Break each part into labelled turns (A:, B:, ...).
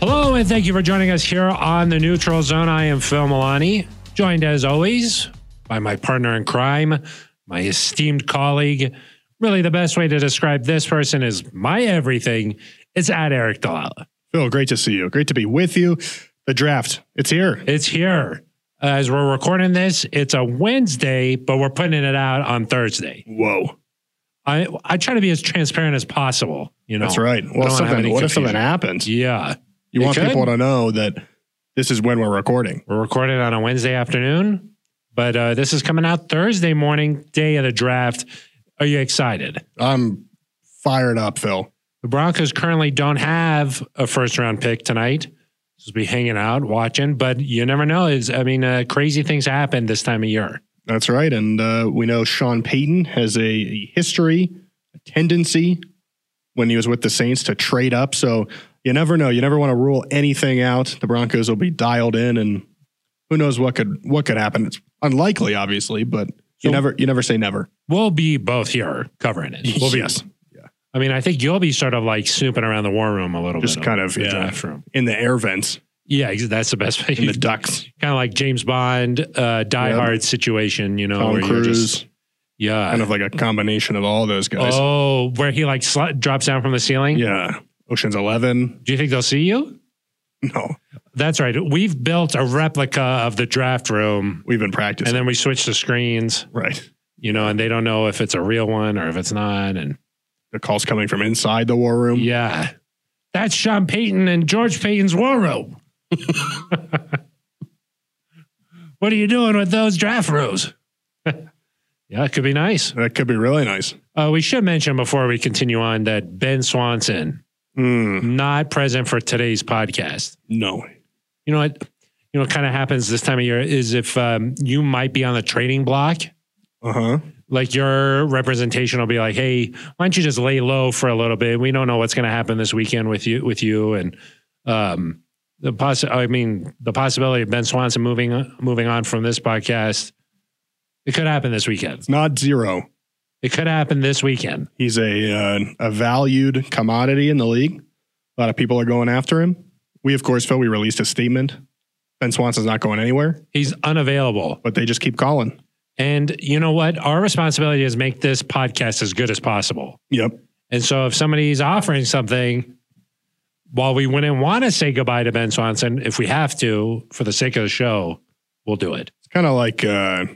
A: Hello, and thank you for joining us here on the Neutral Zone. I am Phil Milani, joined as always by my partner in crime, my esteemed colleague. Really, the best way to describe this person is my everything. It's at Eric Dalala.
B: Phil, great to see you. Great to be with you. The draft, it's here.
A: It's here. Uh, As we're recording this, it's a Wednesday, but we're putting it out on Thursday.
B: Whoa.
A: I, I try to be as transparent as possible. You know,
B: That's right. Well,
A: wanna have
B: something,
A: any
B: what if something
A: confusion.
B: happens?
A: Yeah.
B: You
A: It
B: want
A: could.
B: people to know that this is when we're recording.
A: We're recording on a Wednesday afternoon, but uh, this is coming out Thursday morning, day of the draft. Are you excited?
B: I'm fired up, Phil.
A: The Broncos currently don't have a first round pick tonight. Just be hanging out, watching, but you never know. It's, I mean, uh, crazy things happen this time of year.
B: That's right. And uh, we know Sean Payton has a, a history, a tendency when he was with the Saints to trade up. So you never know. You never want to rule anything out. The Broncos will be dialed in and who knows what could what could happen. It's unlikely, obviously, but
A: So-
B: you never you never say never.
A: We'll be both here covering it. We'll be,
B: yes.
A: I mean, I think you'll be sort of like snooping around the war room a little
B: Just
A: bit.
B: kind of,
A: the
B: yeah.
A: draft room.
B: In the air vents.
A: Yeah, ex- that's the best way.
B: In the ducks.
A: kind of like James Bond, uh, Die
B: Yeah.
A: Hard situation, you know.
B: Tom
A: where you're
B: Cruise.
A: just- yeah.
B: kind of like a combination of all those guys.
A: Oh, where he like sl- drops down from the ceiling.
B: Yeah. Ocean's Eleven.
A: Do you think they'll see you?
B: No.
A: That's right. We've built a replica of the draft room,
B: We've been practicing.
A: and then we switch the screens.
B: right.
A: You know, and they don't know if it's a real one or if it's not. And
B: The calls coming from inside the war room.
A: yeah, that's Sean Payton and George Payton's war room. what are you doing with those draft rooms? yeah, it could be nice.
B: That could be really nice.
A: Uh, we should mention before we continue on that Ben Swanson
B: Mm,
A: not present for today's podcast.
B: no.
A: you know what you know what kind of happens this time of year is if um, you might be on the trading block
B: Uh huh.
A: like your representation will be like hey why don't you just lay low for a little bit we don't know what's going to happen this weekend with you with you and um the poss- i mean the possibility of ben swanson moving moving on from this podcast it could happen this weekend
B: It's not zero.
A: it could happen this weekend
B: He's a uh, a valued commodity in the league. A lot of people are going after him. We, of course, Phil, we released a statement. Ben Swanson's not going anywhere,
A: he's unavailable
B: but they just keep calling.
A: and you know what our responsibility is make this podcast as good as possible
B: Yep.
A: And so if somebody's offering something, while we wouldn't want to say goodbye to Ben Swanson, if we have to, for the sake of the show, we'll do it.
B: It's kind of like uh,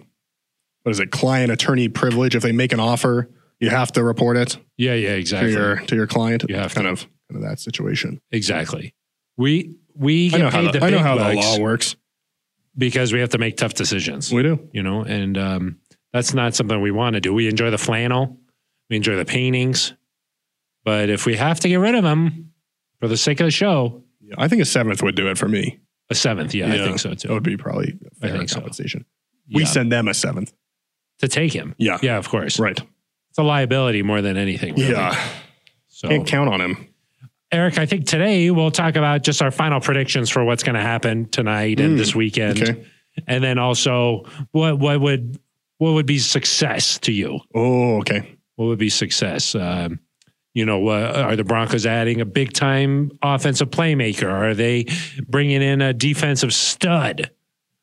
B: what is it? Client attorney privilege. If they make an offer, you have to report it.
A: Yeah, yeah,
B: to
A: exactly.
B: your to your client.
A: You have
B: kind of kind of that situation.
A: Exactly. We we
B: I
A: get
B: know how
A: paid
B: the,
A: the,
B: I know
A: big
B: how the
A: bucks
B: law works.
A: because we have to make tough decisions,
B: We do.
A: you know, and um, that's not something we want to do. We enjoy the flannel, we enjoy the paintings, but if we have to get rid of them for the sake of the show,
B: Yeah, I think a seventh would do it for me.
A: a seventh, yeah,
B: Yeah.
A: I think so
B: That
A: too.
B: would be probably
A: I
B: fair
A: think so.
B: compensation. We
A: Yeah.
B: send them a seventh.
A: to take him,
B: Yeah.
A: yeah, of course,
B: Right.
A: it's a liability more than anything. really.
B: Yeah.
A: so
B: Can't count on him.
A: Eric, I think today we'll talk about just our final predictions for what's going to happen tonight and
B: Mm,
A: this weekend,
B: Okay.
A: and then also what what would what would be success to you?
B: Oh, okay.
A: What would be success? Um, you know, uh, are the Broncos adding a big time offensive playmaker? Are they bringing in a defensive stud?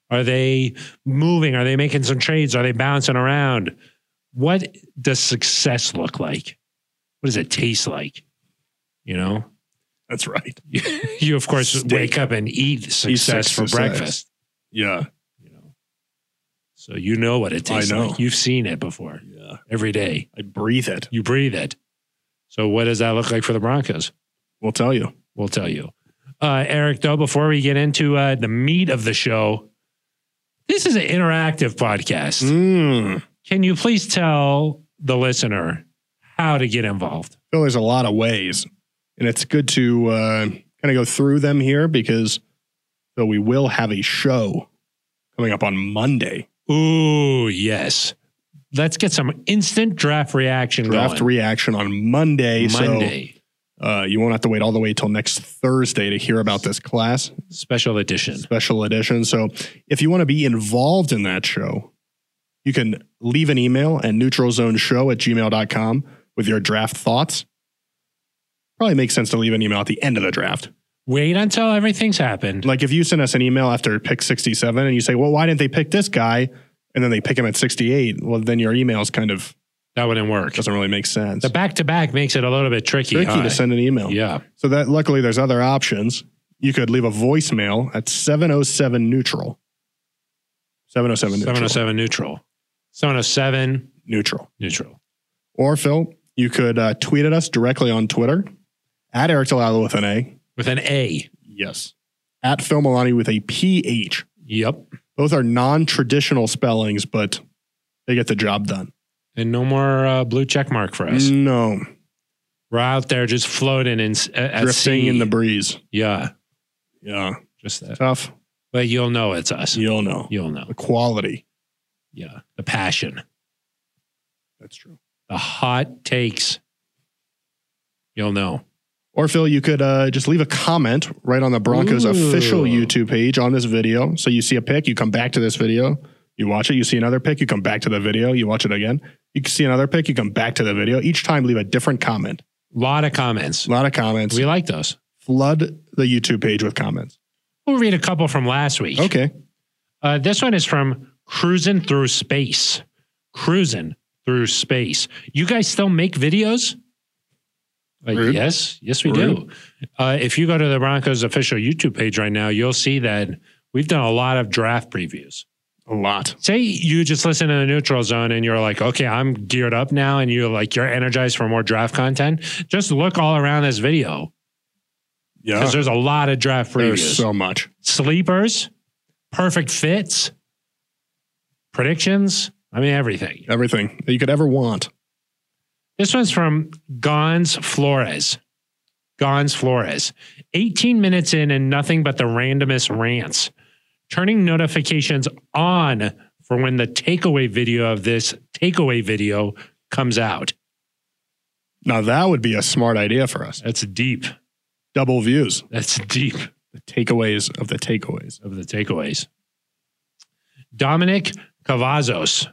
A: Are they moving? Are they making some trades? Are they bouncing around? What does success look like? What does it taste like? You know.
B: That's right.
A: you of course
B: Steak.
A: wake up and eat success for
B: success.
A: breakfast.
B: Yeah.
A: You know, so you know what it
B: I
A: tastes
B: know.
A: like. You've seen it before
B: Yeah.
A: every day.
B: I breathe it.
A: You breathe it. So what does that look like for the Broncos?
B: We'll tell you.
A: We'll tell you, uh, Eric. Though before we get into uh, the meat of the show, this is an interactive podcast.
B: Mm.
A: Can you please tell the listener how to get involved?
B: Phil, there's a lot of ways, and it's good to uh, kind of go through them here because though we will have a show coming up on Monday.
A: Ooh, yes. Let's get some instant draft reaction
B: draft
A: going.
B: reaction on Monday.
A: Monday.
B: So uh, you won't have to wait all the way till next Thursday to hear about this class
A: special edition.
B: special edition. So if you want to be involved in that show, you can leave an email at neutralzoneshow at gmail.com with your draft thoughts. Probably makes sense to leave an email at the end of the draft.
A: Wait until everything's happened.
B: Like if you send us an email after pick 67 and you say, well, why didn't they pick this guy? And then they pick him at 68. Well, then your email's kind of
A: That wouldn't work.
B: doesn't really make sense.
A: The back to back makes it a little bit tricky.
B: Tricky
A: huh?
B: to send an email.
A: Yeah.
B: So that luckily there's other options. You could leave a voicemail at 707 neutral. 707 neutral.
A: 707 neutral. 707
B: neutral.
A: neutral.
B: Or Phil, you could uh, tweet at us directly on Twitter at Eric Delalo with an A.
A: With an A.
B: Yes. At Phil Milani with a PH.
A: Yep.
B: Both are non-traditional spellings, but they get the job done.
A: And no more uh, blue check mark for
B: Mm.
A: us.
B: No.
A: We're out there just floating in, s- uh, at at
B: Drifting
A: sea.
B: in the breeze.
A: yeah.
B: Yeah.
A: Just that.
B: Tough.
A: But you'll know it's us.
B: You'll know.
A: You'll know.
B: The quality.
A: Yeah. The passion,
B: That's true.
A: the hot takes. You'll know.
B: Or Phil, you could uh, just leave a comment right on the Broncos
A: Ooh.
B: official YouTube page on this video. So you see a pick, you come back to this video, you watch it, you see another pick, you come back to the video, you watch it again. You can see another pick, you come back to the video. Each time, leave a different comment.
A: lot of comments.
B: A lot of comments.
A: We like those.
B: Flood the YouTube page with comments.
A: We'll read a couple from last week.
B: Okay.
A: Uh, this one is from Cruising Through Space. Cruising Through Space. You guys still make videos? Uh,
B: Rude.
A: yes, yes, we do. Uh, if you go to the Broncos official YouTube page right now, you'll see that we've done a lot of draft previews.
B: A lot.
A: Say you just listen to the neutral zone and you're like, okay, I'm geared up now, and you're like, you're energized for more draft content. Just look all around this video
B: Yeah.
A: because there's a lot of draft previews
B: There's so much.
A: sleepers, perfect fits, predictions. I mean, everything.
B: Everything that you could ever want.
A: This one's from Gons Flores. Gons Flores. 18 minutes in and nothing but the randomest rants. Turning notifications on for when the takeaway video of this takeaway video comes out.
B: Now, that would be a smart idea for us.
A: That's deep.
B: Double views,
A: That's deep
B: the takeaways of the takeaways.
A: of the takeaways. Dominic Cavazos.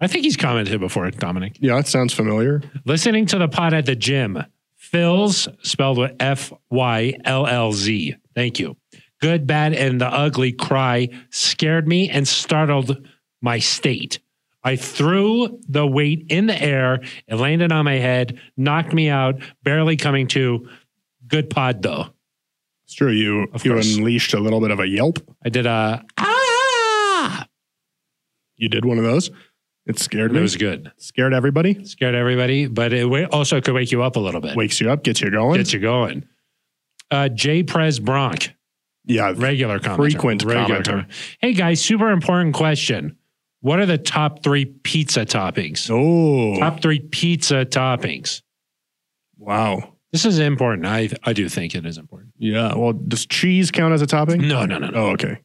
A: I think he's commented before, Dominic.
B: Yeah, that sounds familiar.
A: Listening to the pod at the gym. Phil's spelled with F Y L L Z. Thank you. Good, bad, and the ugly cry scared me and startled my state. I threw the weight in the air. It landed on my head, knocked me out, barely coming to. Good pod though.
B: It's true. You
A: Of
B: you
A: course.
B: unleashed a little bit of a yelp.
A: I did a ah.
B: You did one of those. It scared
A: It
B: me.
A: was good.
B: scared everybody.
A: Scared everybody, but it wa- also could wake you up a little bit.
B: Wakes you up, gets you going.
A: Get you going. Uh, J. Prez Bronk.
B: yeah,
A: regular commenter.
B: Frequent
A: regular
B: commenter.
A: Hey guys, super important question. What are the top three pizza toppings?
B: Oh,
A: Top three pizza toppings.
B: wow.
A: This is important. I I do think it is important.
B: Yeah. Well, does cheese count as a topping?
A: No, no, no, no.
B: Oh, okay.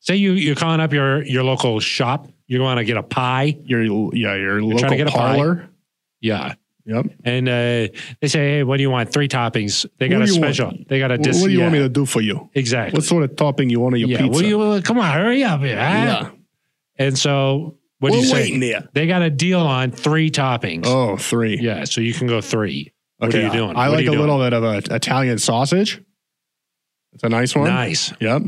A: Say you you're calling up your your local shop. You want to get a pie.
B: Your yeah, your
A: trying
B: local
A: to get a pie?
B: parlor.
A: Yeah.
B: Yep.
A: And uh, they say, hey, what do you want? Three toppings. They got
B: What
A: a
B: do you want?
A: special. They got a
B: Wh-
A: dis.
B: what do you want
A: yeah,
B: me to do for you?
A: Exactly.
B: What sort of topping you want on your
A: yeah.
B: pizza?
A: What do you? Come on, hurry up here. huh?
B: yeah.
A: And so, what do
B: We're
A: you
B: waiting
A: say?
B: there.
A: They got a deal on three toppings.
B: Oh, three.
A: Yeah, so you can go three. What are you doing?
B: I
A: What are
B: like
A: you
B: a
A: doing?
B: little bit of a Italian sausage. It's a nice one.
A: Nice.
B: Yep.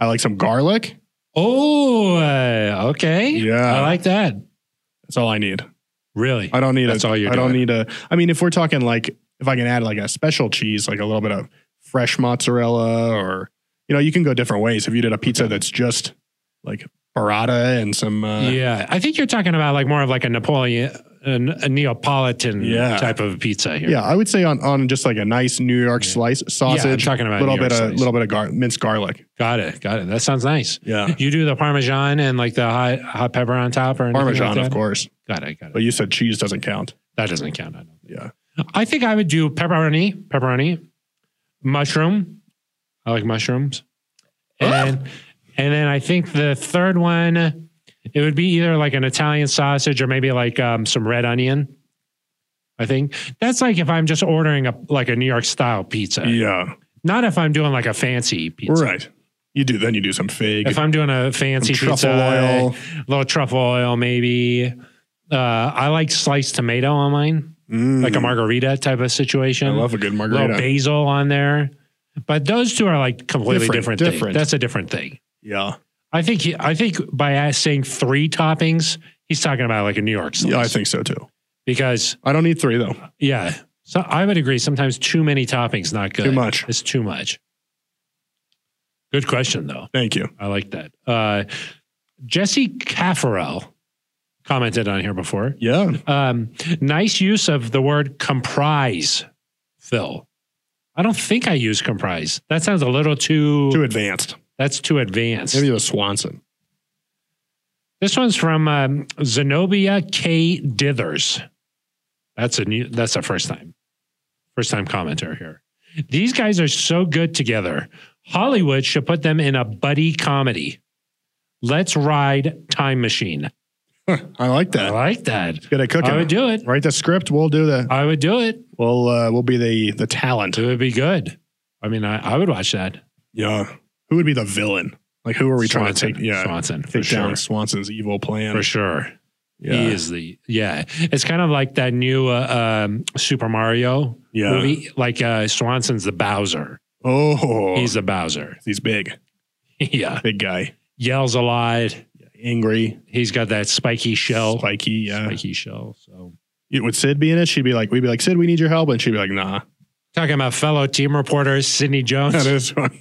B: I like some garlic.
A: Oh, uh, okay.
B: Yeah.
A: I like that. Uh,
B: That's all I need.
A: Really?
B: I don't need
A: That's
B: a,
A: all you're
B: I don't
A: doing.
B: need a. I mean, if we're talking like if I can add like a special cheese, like a little bit of fresh mozzarella, or you know, you can go different ways. If you did a pizza that's just like burrata and some, uh,
A: yeah, I think you're talking about like more of like a Napoleon, a, a Neapolitan
B: Yeah.
A: type of pizza here.
B: yeah, I would say on on just like a nice New York
A: Yeah.
B: slice
A: yeah I'm
B: sausage,
A: talking about
B: little
A: New York
B: bit of
A: slice.
B: little bit of gar- minced garlic.
A: Got it, got it. That sounds nice.
B: Yeah,
A: You do the Parmesan and like the hot hot pepper on top, or anything like
B: parmesan
A: that?
B: of course,
A: Got it, got
B: but
A: it.
B: you said cheese doesn't count.
A: That doesn't count. I don't think.
B: Yeah.
A: I think I would do pepperoni, pepperoni, mushroom. I like mushrooms. And and then I think the third one, it would be either like an Italian sausage or maybe like um, some red onion. I think that's like if I'm just ordering a like a New York style pizza.
B: Yeah,
A: Not if I'm doing like a fancy pizza.
B: right. You do then you do some fig,
A: If I'm doing a fancy
B: some truffle
A: pizza,
B: oil.
A: a little truffle oil maybe. Uh, I like sliced tomato on mine, like a
B: Mm,
A: margarita type of
B: I
A: situation
B: love a good margarita.
A: little basil on there. But those two are like completely different.
B: Different, different.
A: Thing. That's a different thing.
B: Yeah.
A: I think he, I think by us saying three toppings, he's talking about like a New York slice.
B: Yeah, I think so too.
A: because
B: I don't need three though.
A: yeah, so I would agree. Sometimes too many toppings not good.
B: Too much.
A: It's too much. Good question though.
B: Thank you.
A: I like that. Uh, Jesse Caffarel commented on here before.
B: Yeah.
A: Um, nice use of the word comprise, Phil. I don't think I use comprise. That sounds a little too,
B: Too advanced.
A: that's too advanced.
B: Maybe it was Swanson.
A: This one's from um, Zenobia K. Dithers. That's a new. That's a first time, first time commenter here. These guys are so good together. Hollywood should put them in a buddy comedy. Let's ride Time Machine.
B: Huh, I like
A: I
B: that.
A: like that.
B: Get it
A: I
B: cooking.
A: would do it.
B: Write the script. We'll do the.
A: I would do it.
B: We'll uh, we'll be the the talent.
A: It would be good. I mean, I, I would watch that.
B: Yeah. Who would be the villain? Like who are we trying
A: Swanson.
B: to take? Yeah.
A: Swanson for
B: Take down
A: sure.
B: Swanson's evil plan.
A: For sure.
B: Yeah.
A: He is the yeah. It's kind of like that new uh, um, Super Mario
B: Yeah.
A: movie. Like uh, Swanson's the Bowser.
B: Oh,
A: He's
B: he's,
A: the Bowser.
B: he's big,
A: yeah.
B: big guy,
A: Yells a lot.
B: angry,
A: He's got that spiky shell.
B: spiky. Yeah.
A: Spiky shell. So
B: You- Would Sid be in it? She'd be like, we'd be like, Sid, we need your help, and she'd be like, Nah.
A: talking about fellow team reporters, Sidney Jones.
B: That is what.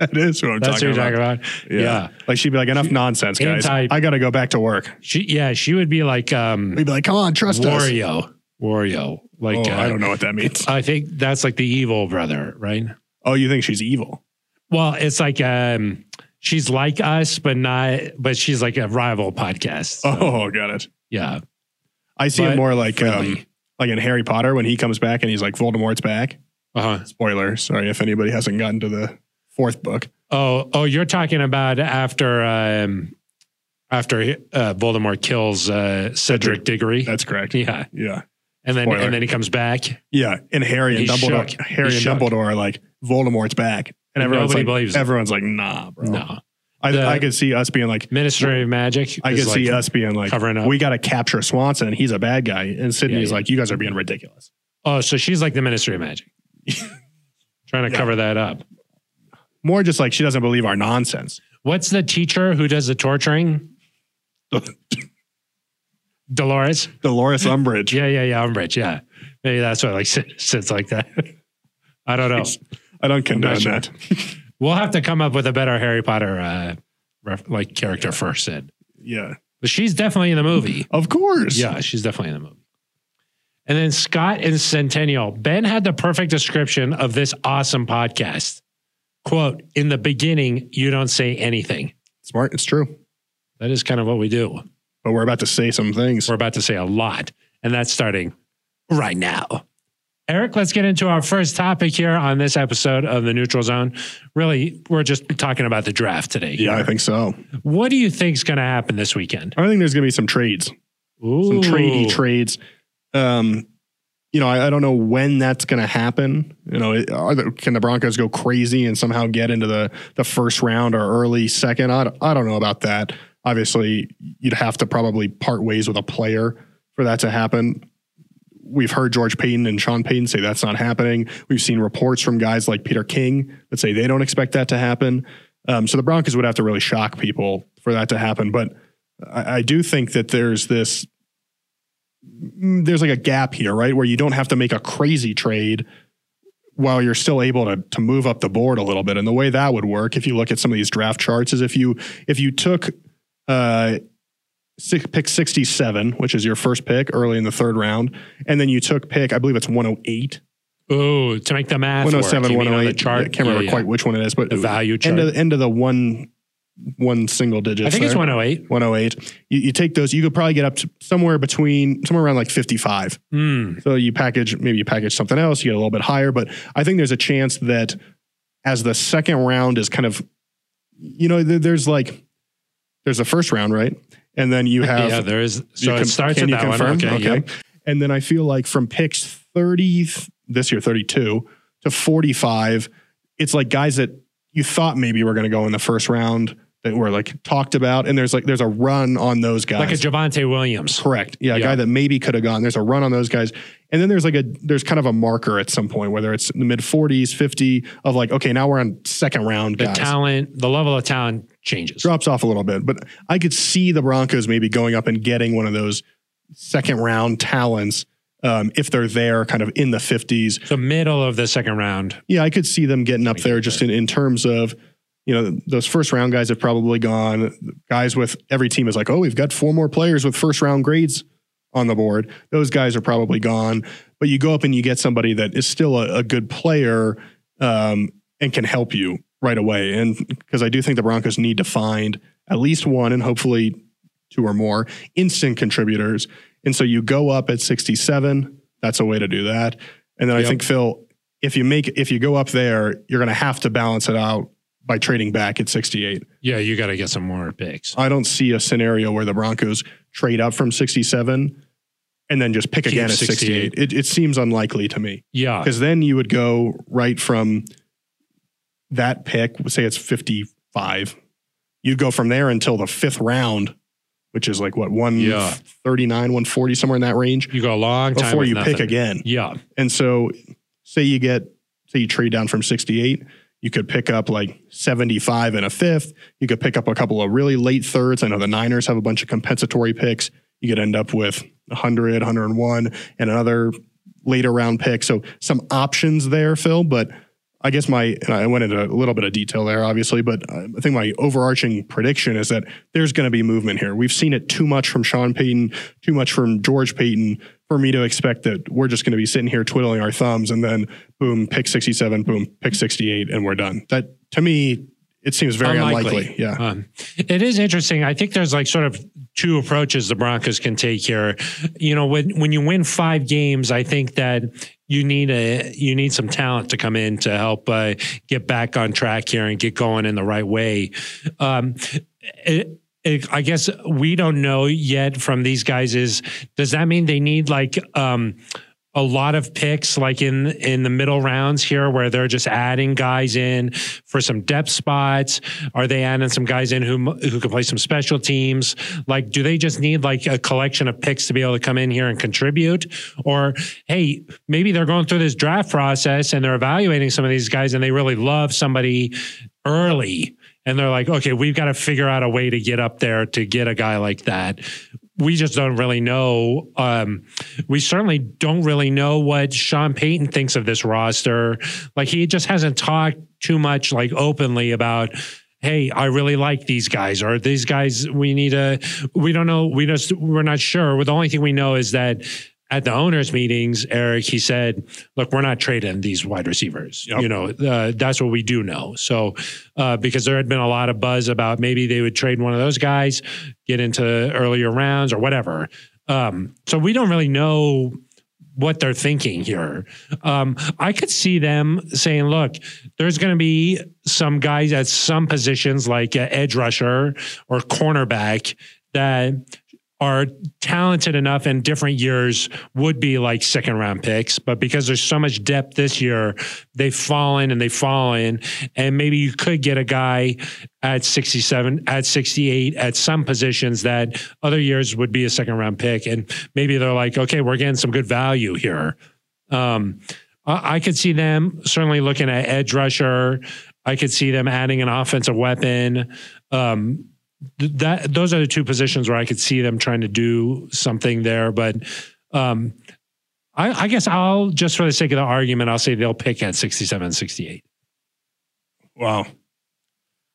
B: That is what I'm
A: That's
B: talking
A: who you're
B: about.
A: talking about. Yeah.
B: Like she'd be like, enough nonsense, guys.
A: Anti-
B: I got to go back to work.
A: She yeah, she would be like um
B: We'd be like, come on, trust us.
A: Wario. Wario. Like
B: oh,
A: uh,
B: I don't know what that means.
A: I think that's like the evil brother, right?
B: Oh, you think she's evil?
A: Well, it's like um she's like us, but not but she's like a rival podcast. So,
B: Oh, got it.
A: yeah.
B: I see it
A: But
B: more like um,
A: friendly.
B: like in Harry Potter when he comes back and he's like, Voldemort's back.
A: Uh-huh.
B: Spoiler. Sorry if anybody hasn't gotten to the fourth book.
A: Oh, oh, you're talking about after um after uh Voldemort kills uh Cedric Diggory.
B: That's correct.
A: Yeah.
B: Yeah.
A: And then
B: Spoiler.
A: and then he comes back.
B: Yeah. And Harry and
A: He's
B: Dumbledore,
A: shook.
B: Harry
A: He's
B: and
A: shook.
B: Dumbledore are like, Voldemort's back. And
A: And
B: everyone's
A: nobody
B: like,
A: believes it.
B: everyone's like, nah, bro.
A: No.
B: I,
A: The-
B: I could see us being like,
A: Ministry of Magic.
B: I
A: is
B: could
A: like
B: see uh, us being like,
A: covering up.
B: we got to capture Swanson. He's a bad guy. And Sydney's
A: yeah.
B: like, you guys are being ridiculous.
A: oh, so she's like the Ministry of Magic. Trying to
B: Yeah.
A: cover that up.
B: More just like she doesn't believe our nonsense.
A: What's the teacher who does the torturing? Dolores.
B: Dolores Umbridge.
A: Yeah, yeah, yeah. Umbridge. Yeah, maybe that's what like sit- sits like that. I don't know.
B: I don't condone
A: sure.
B: that.
A: We'll have to come up with a better Harry Potter uh, ref- like character first. Sid,
B: Yeah.
A: but she's definitely in the movie.
B: Of course.
A: Yeah, she's definitely in the movie. And then Scott and Centennial. Ben had the perfect description of this awesome podcast. Quote, in the beginning, you don't say anything.
B: Smart. It's true.
A: That is kind of what we do.
B: But we're about to say some things.
A: We're about to say a lot, and that's starting right now. Eric, let's get into our first topic here on this episode of the Neutral Zone. Really, we're just talking about the draft today.
B: Yeah, I think so.
A: What do you think's going to happen this weekend?
B: I think there's going to be some trades,
A: Ooh.
B: some tradey trades. Um, you know, I, I don't know when that's going to happen. You know, it- are the, can the Broncos go crazy and somehow get into the the first round or early second? I, don't- I don't know about that. Obviously, you'd have to probably part ways with a player for that to happen. We've heard George Payton and Sean Payton say that's not happening. We've seen reports from guys like Peter King that say they don't expect that to happen. Um, so the Broncos would have to really shock people for that to happen. But I, I do think that there's this there's like a gap here, right? Where you don't have to make a crazy trade while you're still able to to move up the board a little bit. And the way that would work, if you look at some of these draft charts, is if you if you took uh six, pick 67, which is your first pick early in the third round, and then you took pick, I believe it's 108,
A: Ooh, to make the math. work,
B: 107,
A: you mean on
B: 108.
A: The chart.
B: I can't remember
A: Yeah, yeah.
B: quite which one it is, but
A: the value chart.
B: end of, end of the one one single digit.
A: I think it's 108.
B: 108. You, you take those, you could probably get up to somewhere between somewhere around like 55.
A: Mm,
B: So you package, maybe you package something else, you get a little bit higher. But I think there's a chance that as the second round is kind of, you know, th- there's like, there's the first round, right? And then you have,
A: yeah, there is. So
B: you
A: it
B: con-
A: starts
B: can
A: at
B: you
A: that one. Okay. yep.
B: And then I feel like from picks 30, th- this year, 32 to 45, it's like guys that you thought maybe were going to go in the first round that were like talked about, and there's like there's a run on those guys.
A: like a Javante Williams.
B: Correct. Yeah, a
A: Yeah.
B: guy that maybe could have gone. There's a run on those guys. And then there's like a there's kind of a marker at some point, whether it's in the mid 40s, 50, of like, okay, now we're on second round
A: The
B: guys.
A: talent, the level of talent changes.
B: Drops off a little bit, but I could see the Broncos maybe going up and getting one of those second round talents um, if they're there kind of in the 50s.
A: The middle of the second round.
B: Yeah, I could see them getting up there just in, in terms of, you know, those first round guys have probably gone. Guys with every team is like, oh, we've got four more players with first round grades on the board. Those guys are probably gone. But you go up and you get somebody that is still a, a good player um, and can help you right away. And because I do think the Broncos need to find at least one and hopefully two or more instant contributors. And so you go up at 67. That's a way to do that. And then
A: Yep.
B: I think Phil, if you make if you go up there, you're going to have to balance it out by trading back at 68.
A: Yeah, you got to get some more picks.
B: I don't see a scenario where the Broncos trade up from 67 and then just pick
A: Keep
B: again at 68. It, it seems unlikely to me
A: Yeah,
B: because then you would go right from that pick, say it's 55. You'd go from there until the fifth round, which is like what, 139, 140, somewhere in that range
A: you go a long time
B: before
A: with
B: you pick
A: nothing.
B: again.
A: Yeah,
B: And so, say you get, say you trade down from 68, you could pick up like 75 and a fifth. You could pick up a couple of really late thirds. I know the Niners have a bunch of compensatory picks. You could end up with 100, 101, and another later round pick. So, some options there, Phil. But I guess my, and I went into a little bit of detail there, obviously, but I think my overarching prediction is that there's going to be movement here. We've seen it too much from Sean Payton, too much from George Payton for me to expect that we're just going to be sitting here twiddling our thumbs and then boom, pick 67, boom, pick 68, and we're done. That to me, it seems very unlikely. Yeah.
A: Um, it is interesting. I think there's like sort of two approaches the Broncos can take here. You know, when when you win five games, I think that you need a you need some talent to come in to help uh, get back on track here and get going in the right way. Um, it, it, I guess we don't know yet from these guys. Is does that mean they need like? Um, a lot of picks like in in the middle rounds here where they're just adding guys in for some depth spots are they adding some guys in who who can play some special teams like do they just need like a collection of picks to be able to come in here and contribute or hey maybe they're going through this draft process and they're evaluating some of these guys and they really love somebody early and they're like okay we've got to figure out a way to get up there to get a guy like that we just don't really know. Um, we certainly don't really know what Sean Payton thinks of this roster. Like he just hasn't talked too much, like openly about, hey, I really like these guys, or these guys we need a. We don't know. We just we're not sure. Well, the only thing we know is that at the owners' meetings, Eric he said, "Look, we're not trading these wide receivers.
B: Yep.
A: You know, uh, that's what we do know." So, uh, because there had been a lot of buzz about maybe they would trade one of those guys, get into earlier rounds or whatever. Um, so we don't really know what they're thinking here. Um, I could see them saying, look, there's going to be some guys at some positions like uh, edge rusher or cornerback that are talented enough in different years would be like second round picks. But because there's so much depth this year, they've fallen and they've fallen. And maybe you could get a guy at 67, at 68, at some positions that other years would be a second round pick. And maybe they're like, okay, we're getting some good value here. Um, I, I could see them certainly looking at edge rusher. I could see them adding an offensive weapon. Um, th- that those are the two positions where I could see them trying to do something there. But um, I, I guess I'll just for the sake of the argument, I'll say they'll pick at 67, 68.
B: Wow.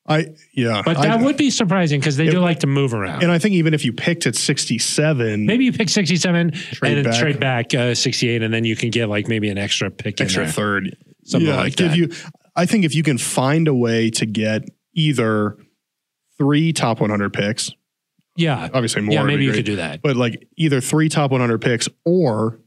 B: I, yeah.
A: But
B: I-
A: that would be surprising because they
B: It-
A: do like to move around.
B: And I think even if you picked at 67,
A: maybe you pick 67 and
B: Trade
A: then
B: back.
A: trade back uh, 68, and then you can get like maybe an extra pick
B: extra
A: in there.
B: third.
A: Something like
B: give
A: that.
B: You, I think if you can find a way to get either three top 100 picks,
A: yeah.
B: obviously more.
A: Yeah,
B: would
A: maybe
B: be
A: you
B: great.
A: could do that.
B: but like either three top 100 picks or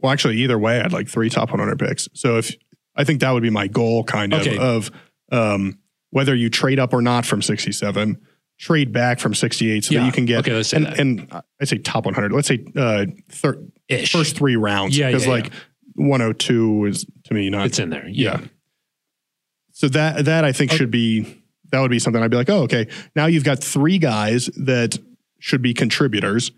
B: well actually either way i'd like three top 100 picks so if i think that would be my goal kind of
A: Okay.
B: of um, whether you trade up or not from 67 trade back from 68 so
A: Yeah.
B: that you can get
A: Okay, let's say
B: and,
A: that.
B: and i say top 100 let's say uh, thir-
A: Ish.
B: first three rounds
A: Yeah, yeah,
B: like 102 is to me not
A: it's in there. Yeah.
B: yeah. So that that I think
A: Oh.
B: should be that would be something I'd be like, oh, okay. Now you've got three guys that should be contributors,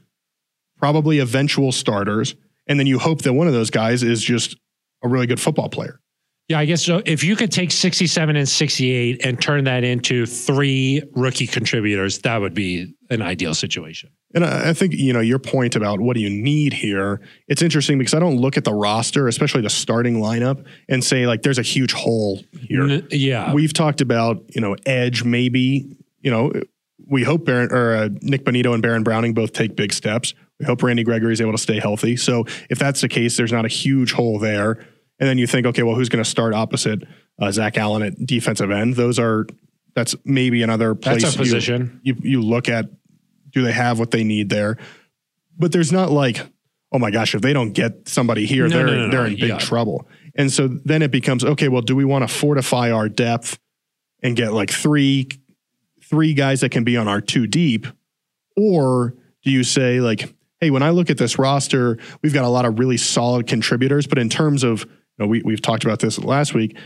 B: probably eventual starters, and then you hope that one of those guys is just a really good football player.
A: Yeah, I guess so. If you could take 67 and 68 and turn that into three rookie contributors, that would be an ideal situation.
B: And I I think, you know, your point about what do you need here, it's interesting because I don't look at the roster, especially the starting lineup, and say, like, there's a huge hole here.
A: N- yeah.
B: We've talked about, you know, edge maybe, you know, we hope Baron, or uh, Nick Bonito and Baron Browning both take big steps. We hope Randy Gregory is able to stay healthy. So if that's the case, there's not a huge hole there. And then you think, okay, well, who's going to start opposite uh, Zach Allen at defensive end? Those are, that's maybe another place
A: That's a
B: you-
A: position.
B: you you look at do they have what they need there but there's not like oh my gosh if they don't get somebody here
A: No,
B: they're
A: no, no,
B: they're
A: no,
B: in big
A: yeah.
B: trouble and so then it becomes okay well do we want to fortify our depth and get like three three guys that can be on our two deep or do you say like hey when i look at this roster we've got a lot of really solid contributors but in terms of you know, we, we've talked about this last week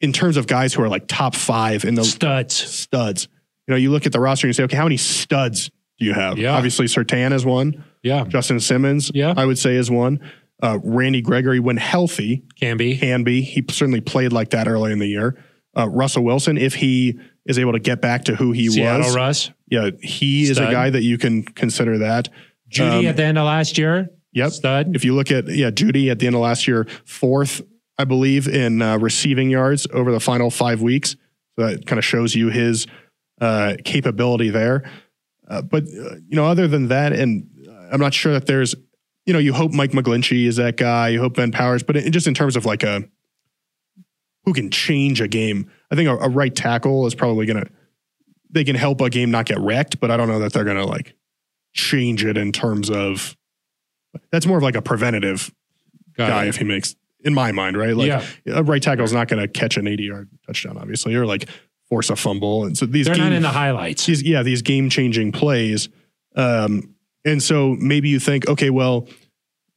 B: in terms of guys who are like top five in the
A: Studs.
B: studs. You know, you look at the roster and you say, okay, how many studs do you have?
A: Yeah.
B: Obviously, Sertan is one.
A: Yeah.
B: Justin Simmons,
A: Yeah.
B: I would say, is one. Uh, Randy Gregory, when healthy,
A: Can be.
B: can be. He certainly played like that early in the year. Uh, Russell Wilson, if he is able to get back to who he
A: Seattle
B: was,
A: Russ.
B: yeah, he is a
A: Stud.
B: guy that you can consider that.
A: Judy
B: Um,
A: at the end of last year.
B: Yep.
A: Stud.
B: If you look at yeah, Judy at the end of last year, fourth, I believe, in uh, receiving yards over the final five weeks. So that kind of shows you his uh, capability there. Uh, but uh, you know, other than that, and uh, I'm not sure that there's, you know, you hope Mike McGlinchey is that guy. You hope Ben Powers, but it, just in terms of like a who can change a game, I think a, a right tackle is probably gonna they can help a game not get wrecked, but I don't know that they're gonna like change it in terms of that's more of like a preventative
A: Got
B: guy
A: it.
B: if he makes in my mind, right? Like
A: yeah.
B: a right tackle's not going to catch an 80 yard touchdown, obviously, or like force a fumble. And so these
A: They're
B: game,
A: not in the highlights.
B: these yeah, these game changing plays. Um, and so maybe you think, okay, well,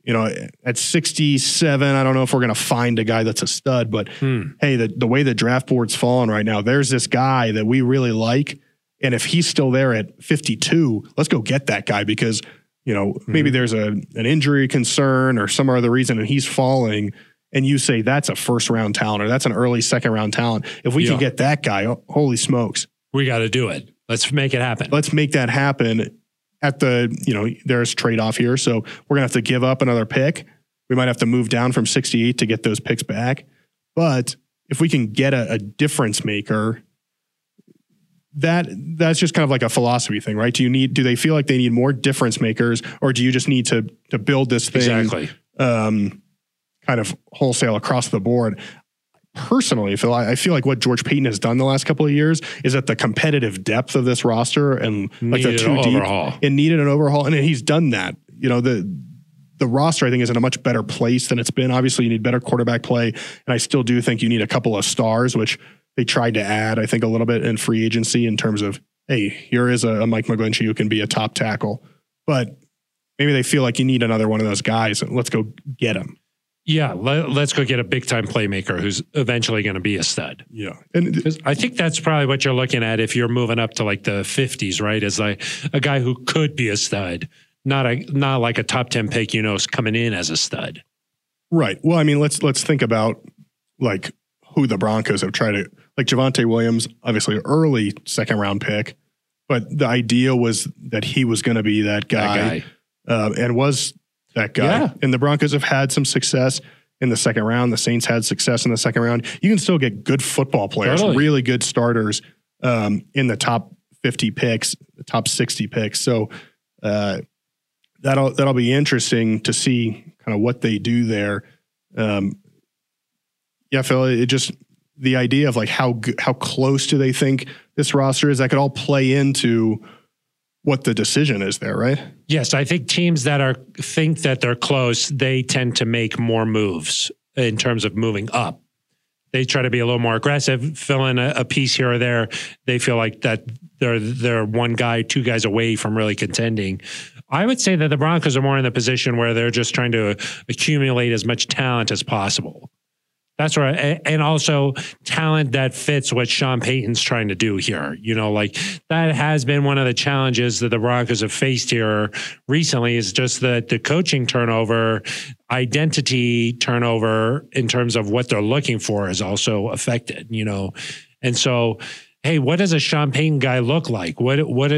B: you know, at 67, I don't know if we're going to find a guy that's a stud, but
A: Hmm.
B: hey, the, the way the draft board's falling right now, there's this guy that we really like. And if he's still there at 52, let's go get that guy because, you know, maybe there's a, an injury concern or some other reason and he's falling. And you say that's a first round talent or that's an early second round talent. If we
A: Yeah.
B: can get that guy, oh, holy smokes,
A: We got to do it. Let's make it happen.
B: let's make that happen. At the, you know, there's trade off here. So we're going to have to give up another pick. We might have to move down from 68 to get those picks back. But if we can get a, a difference maker, that that's just kind of like a philosophy thing, right? Do you need do they feel like they need more difference makers or do you just need to to build this thing
A: Exactly.
B: um, kind of wholesale across the board. Personally, Phil, I I feel like what George Payton has done the last couple of years is that the competitive depth of this roster and like the
A: Needed
B: two
A: an
B: deep,
A: overhaul.
B: it needed an overhaul, and he's done that. You know the the roster I think is in a much better place than it's been. Obviously, you need better quarterback play, and I still do think you need a couple of stars, which they tried to add. I think a little bit in free agency in terms of hey, here is a, a Mike McGlinchey who can be a top tackle, but maybe they feel like you need another one of those guys. and Let's go get him.
A: Yeah. Let, let's go get a big time playmaker who's eventually going to be a stud.
B: Yeah, and th-
A: Because I think that's probably what you're looking at if you're moving up to like the 50s, right? Is like a guy who could be a stud, not a not like a top 10 pick, you know, is coming in as a stud.
B: right. Well, I mean, let's let's think about like who the Broncos have tried to like Javante Williams, obviously early second round pick, but the idea was that he was going to be
A: That
B: that guy,
A: guy.
B: uh, and was that guy.
A: Yeah.
B: And the Broncos have had some success in the second round. The Saints had success in the second round. You can still get good football players,
A: Totally.
B: really good starters um, in the top 50 picks, the top 60 picks. So uh, that'll that'll be interesting to see kind of what they do there. Um, yeah, Phil, it just the idea of like how g- how close do they think this roster is? That could all play into what the decision is there, right?
A: Yes, I think teams that are think that they're close, they tend to make more moves in terms of moving up. They try to be a little more aggressive, fill in a, a piece here or there. They feel like that they're they're one guy, two guys away from really contending. I would say that the Broncos are more in the position where they're just trying to accumulate as much talent as possible That's right. A- And also talent that fits what Sean Payton's trying to do here. You know, like that has been one of the challenges that the Broncos have faced here recently is just that the coaching turnover, identity turnover in terms of what they're looking for is also affected, you know. And so, hey, what does a Sean Payton guy look like? What what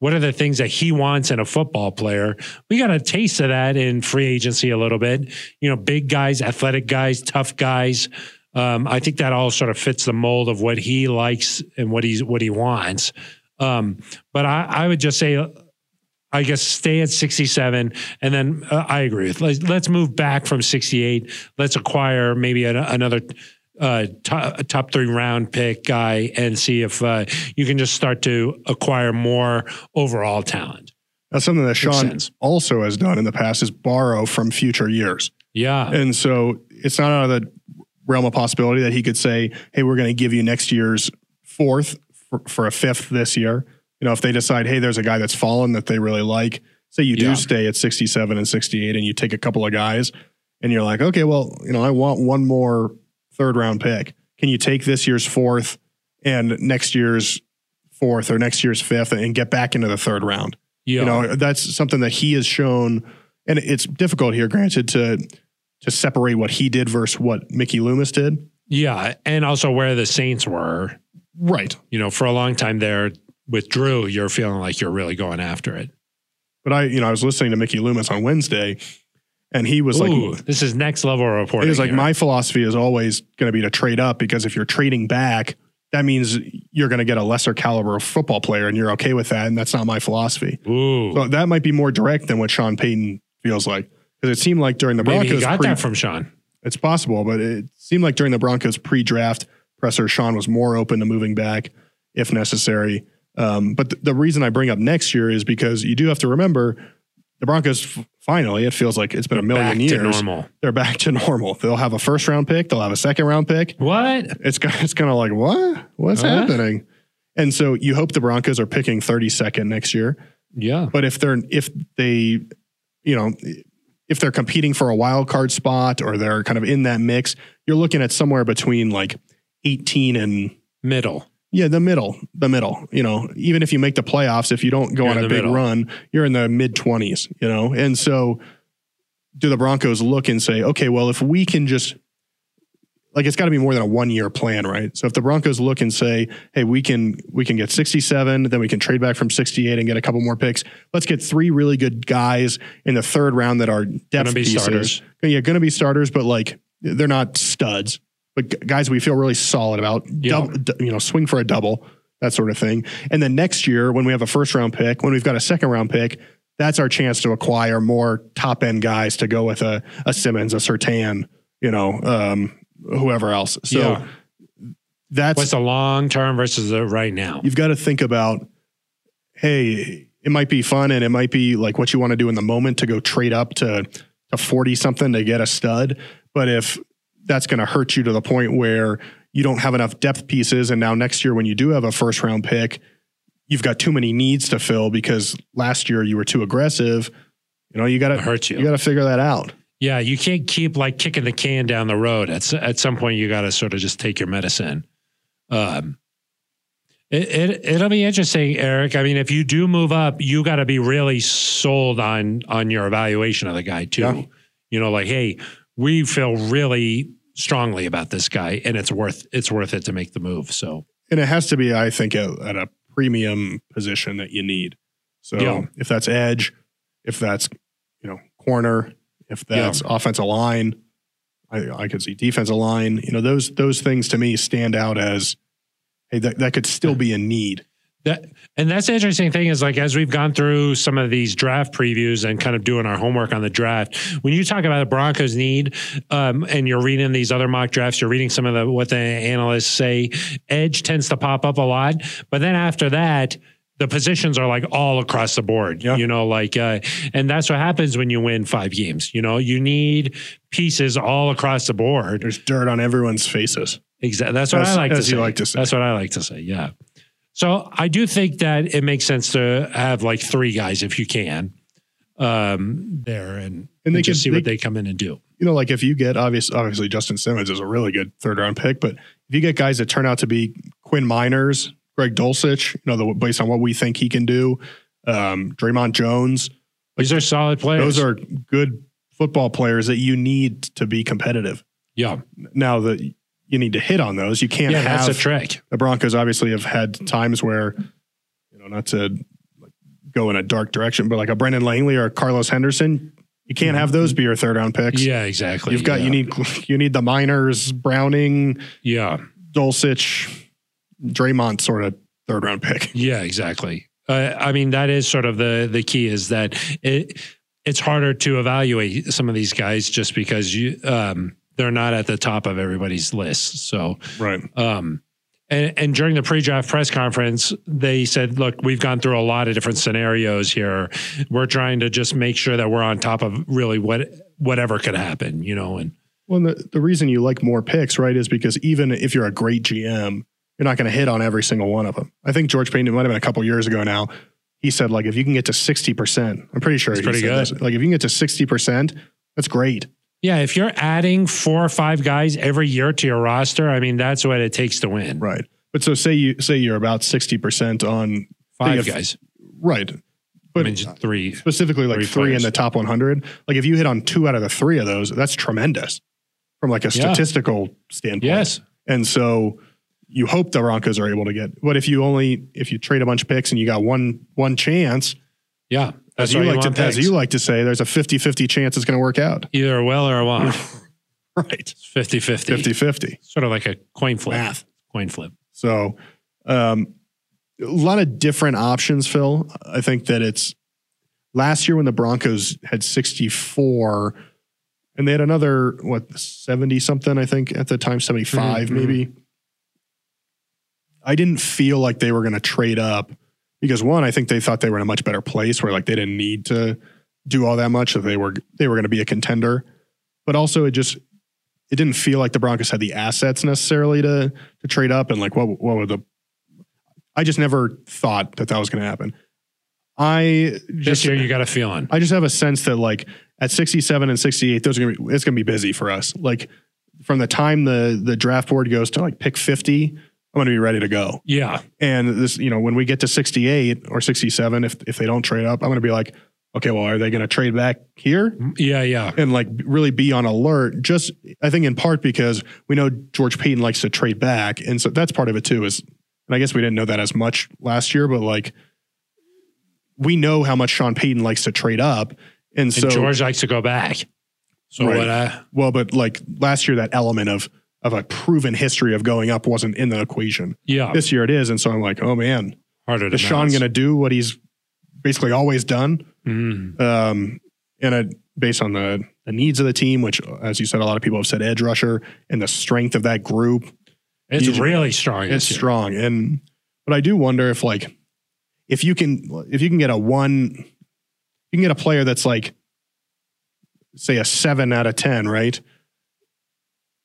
A: what are the things that he wants in a football player? We got a taste of that in free agency a little bit you know, big guys, athletic guys, tough guys. Um, I think that all sort of fits the mold of what he likes and what he's what he wants. Um, but I, I would just say, I guess stay at 67, and then uh, I agree with. Let's, let's move back from 68. Let's acquire maybe an, another uh, to- top three round pick guy and see if uh, you can just start to acquire more overall talent.
B: That's something that Sean
A: sense.
B: also has done in the past is borrow from future years.
A: Yeah,
B: And so it's not out of the realm of possibility that he could say, hey, we're going to give you next year's fourth for, for a fifth this year. You know, if they decide, hey, there's a guy that's fallen that they really like, say you
A: Yeah.
B: do stay at 67 and 68 and you take a couple of guys and you're like, okay, well, you know, I want one more third round pick. Can you take this year's fourth and next year's fourth or next year's fifth and get back into the third round?
A: yeah,
B: You know, that's something that he has shown, and it's difficult here, granted, to to separate what he did versus what Mickey Loomis did.
A: yeah, and also where the Saints were.
B: Right.
A: you know, for a long time there with Drew, you're feeling like you're really going after it.
B: But I, you know, I was listening to Mickey Loomis on Wednesday, and he was
A: Ooh,
B: like,
A: this is next level reporting.
B: he was like,
A: here.
B: my philosophy is always going to be to trade up because if you're trading back, that means you're going to get a lesser caliber of football player, and you're okay with that, and that's not my philosophy.
A: Ooh,
B: So that might be more direct than what Sean Payton feels like. Because it seemed like during the
A: maybe he
B: Broncos
A: got
B: pre-
A: that from Sean.
B: It's possible, but it seemed like during the Broncos pre-draft presser, Sean was more open to moving back if necessary. Um, but th- the reason I bring up next year is because you do have to remember the Broncos f- finally. It feels like it's been a million
A: Back
B: years.
A: to normal.
B: They're back to normal. They'll have a first round pick. They'll have a second round pick.
A: What?
B: It's ki- it's kind of like what what's
A: Huh?
B: happening. And so you hope the Broncos are picking 32nd next year.
A: Yeah,
B: But if they're if they, you know, if they're competing for a wild card spot or they're kind of in that mix, you're looking at somewhere between like 18 and
A: middle.
B: yeah, the middle, the middle. You know, even if you make the playoffs, if you don't go
A: You're
B: on
A: in
B: a
A: the
B: big
A: middle.
B: run, you're in the mid 20s. You know, and so do the Broncos look and say, okay, well, if we can just like it's got to be more than a one year plan, right? So if the Broncos look and say, hey, we can we can get 67, then we can trade back from 68 and get a couple more picks. Let's get three really good guys in the third round that are
A: Gonna
B: depth
A: be
B: pieces.
A: starters.
B: Yeah, going to be starters, but like they're not studs. But g- guys, we feel really solid about
A: Yeah.
B: dub- d- you know swing for a double that sort of thing. And then next year, when we have a first round pick, when we've got a second round pick, that's our chance to acquire more top end guys to go with a a Simmons, a Sertan, you know, um, whoever else. So
A: Yeah.
B: that's
A: What's the long term versus the right now?
B: you've got to think about hey it might be fun and it might be like what you want to do in the moment to go trade up to to 40 something to get a stud but if that's going to hurt you to the point where you don't have enough depth pieces and now next year when you do have a first round pick you've got too many needs to fill because last year you were too aggressive you know you got
A: It
B: to
A: hurts you.
B: you got to figure that out
A: yeah, you can't keep like kicking the can down the road. At s- at some point, you got to sort of just take your medicine. Um, it, it it'll be interesting, Eric. I mean, if you do move up, you got to be really sold on on your evaluation of the guy too.
B: Yeah.
A: You know, like hey, we feel really strongly about this guy, and it's worth it's worth it to make the move. So
B: and it has to be, I think, at, at a premium position that you need. So
A: Yeah.
B: if that's edge, if that's you know corner, if
A: Yeah.
B: that's offensive line, I, I could see defensive line. You know those those things to me stand out as hey that, that could still be a need.
A: That and that's the interesting thing is like as we've gone through some of these draft previews and kind of doing our homework on the draft, when you talk about the Broncos need, um, and you're reading these other mock drafts, you're reading some of the what the analysts say, edge tends to pop up a lot, but then after that. The positions are like all across the board,
B: Yeah.
A: you know, like, uh, and that's what happens when you win five games. You know, you need pieces all across the board.
B: There's dirt on everyone's faces.
A: Exactly. That's what
B: As-
A: I like to
B: as
A: say.
B: you like to say.
A: That's what I like to say. Yeah. So I do think that it makes sense to have like three guys if you can um, there and,
B: And they
A: and just
B: could-
A: see what
B: they-
A: they come in and do.
B: you know, like if you get obvious, obviously Justin Simmons is a really good third round pick, but if you get guys that turn out to be Quinn Miners, Greg Dulcich, you know, the, based on what we think he can do, um, Draymond Jones,
A: These are solid players.
B: those are good football players that you need to be competitive.
A: yeah,
B: Now that you need to hit on those, you can't
A: yeah.
B: have
A: That's a trick.
B: the Broncos obviously have had times where, you know, not to like, go in a dark direction, but like a Brendan Langley or a Carlos Henderson, you can't have those be your third round picks.
A: Yeah, exactly.
B: You've got
A: yeah.
B: you need you need the Miners, Browning,
A: Yeah,
B: Dulcich, Draymond sort of third round pick.
A: yeah, exactly. Uh, I mean, that is sort of the the key is that it it's harder to evaluate some of these guys just because you um, they're not at the top of everybody's list. So
B: Right.
A: Um, and, and during the pre-draft press conference, they said, "Look, we've gone through a lot of different scenarios here. We're trying to just make sure that we're on top of really what whatever could happen, you know." And
B: Well, and the, the reason you like more picks, right, is because even if you're a great GM, you're not going to hit on every single one of them. I think George Payton, it might have been a couple years ago now, he said, like, if you can get to 60%, I'm pretty sure
A: That's
B: he
A: pretty
B: said
A: good.
B: this, like, if you can get to 60%, that's great.
A: yeah, if you're adding four or five guys every year to your roster, I mean, that's what it takes to win.
B: Right. But so say you say you're about 60% on,
A: Five
B: Think of-
A: guys,
B: right,
A: I
B: but
A: mean, just three.
B: specifically like
A: Three
B: three,
A: players.
B: in the top 100. Like, if you hit on two out of the three of those, that's tremendous from like a
A: Yeah.
B: statistical standpoint.
A: Yes,
B: And so you hope the Broncos are able to get. But if you only if you trade a bunch of picks and you got one one chance,
A: yeah. That's
B: as you
A: why
B: like
A: want
B: to as
A: picks.
B: you like to say, there's a 50-50 chance it's going to work out.
A: either a well or a won't.
B: Right.
A: 50-50.
B: 50-50.
A: Sort of like a coin flip.
B: Math.
A: Coin flip.
B: So um a lot of different options, Phil. I think that it's last year when the Broncos had 64 and they had another what 70 something I think at the time 75
A: Mhm,
B: maybe. I didn't feel like they were going to trade up because one I think they thought they were in a much better place where like they didn't need to do all that much that they were they were going to be a contender. But also it just it didn't feel like the Broncos had the assets necessarily to to trade up and like what what would the I just never thought that that was going to happen. I
A: This
B: just
A: year, you got a feeling.
B: I just have a sense that like at 67 and 68, those are gonna be it's gonna be busy for us. Like from the time the the draft board goes to like pick 50, I'm gonna be ready to go.
A: Yeah,
B: And this, you know, when we get to 68 or 67, if if they don't trade up, I'm gonna be like, okay, well, are they gonna trade back here?
A: yeah, yeah.
B: And like really be on alert. Just I think in part because we know George Payton likes to trade back, and so that's part of it too. Is and I guess we didn't know that as much last year, but like we know how much Sean Payton likes to trade up, and so
A: and George likes to go back. So
B: Right.
A: what? uh, I,
B: well, but like last year, that element of of a proven history of going up wasn't in the equation.
A: yeah,
B: This year it is, and so I'm like, oh man,
A: harder to.
B: is Sean going to do what he's basically always done?
A: Mm,
B: Um, and I, based on the the needs of the team, which as you said, a lot of people have said edge rusher and the strength of that group,
A: it's
B: He's-
A: really strong.
B: it's
A: this year.
B: strong. And but I do wonder if like if you can if you can get a one, you can get a player that's like say a seven out of ten, right?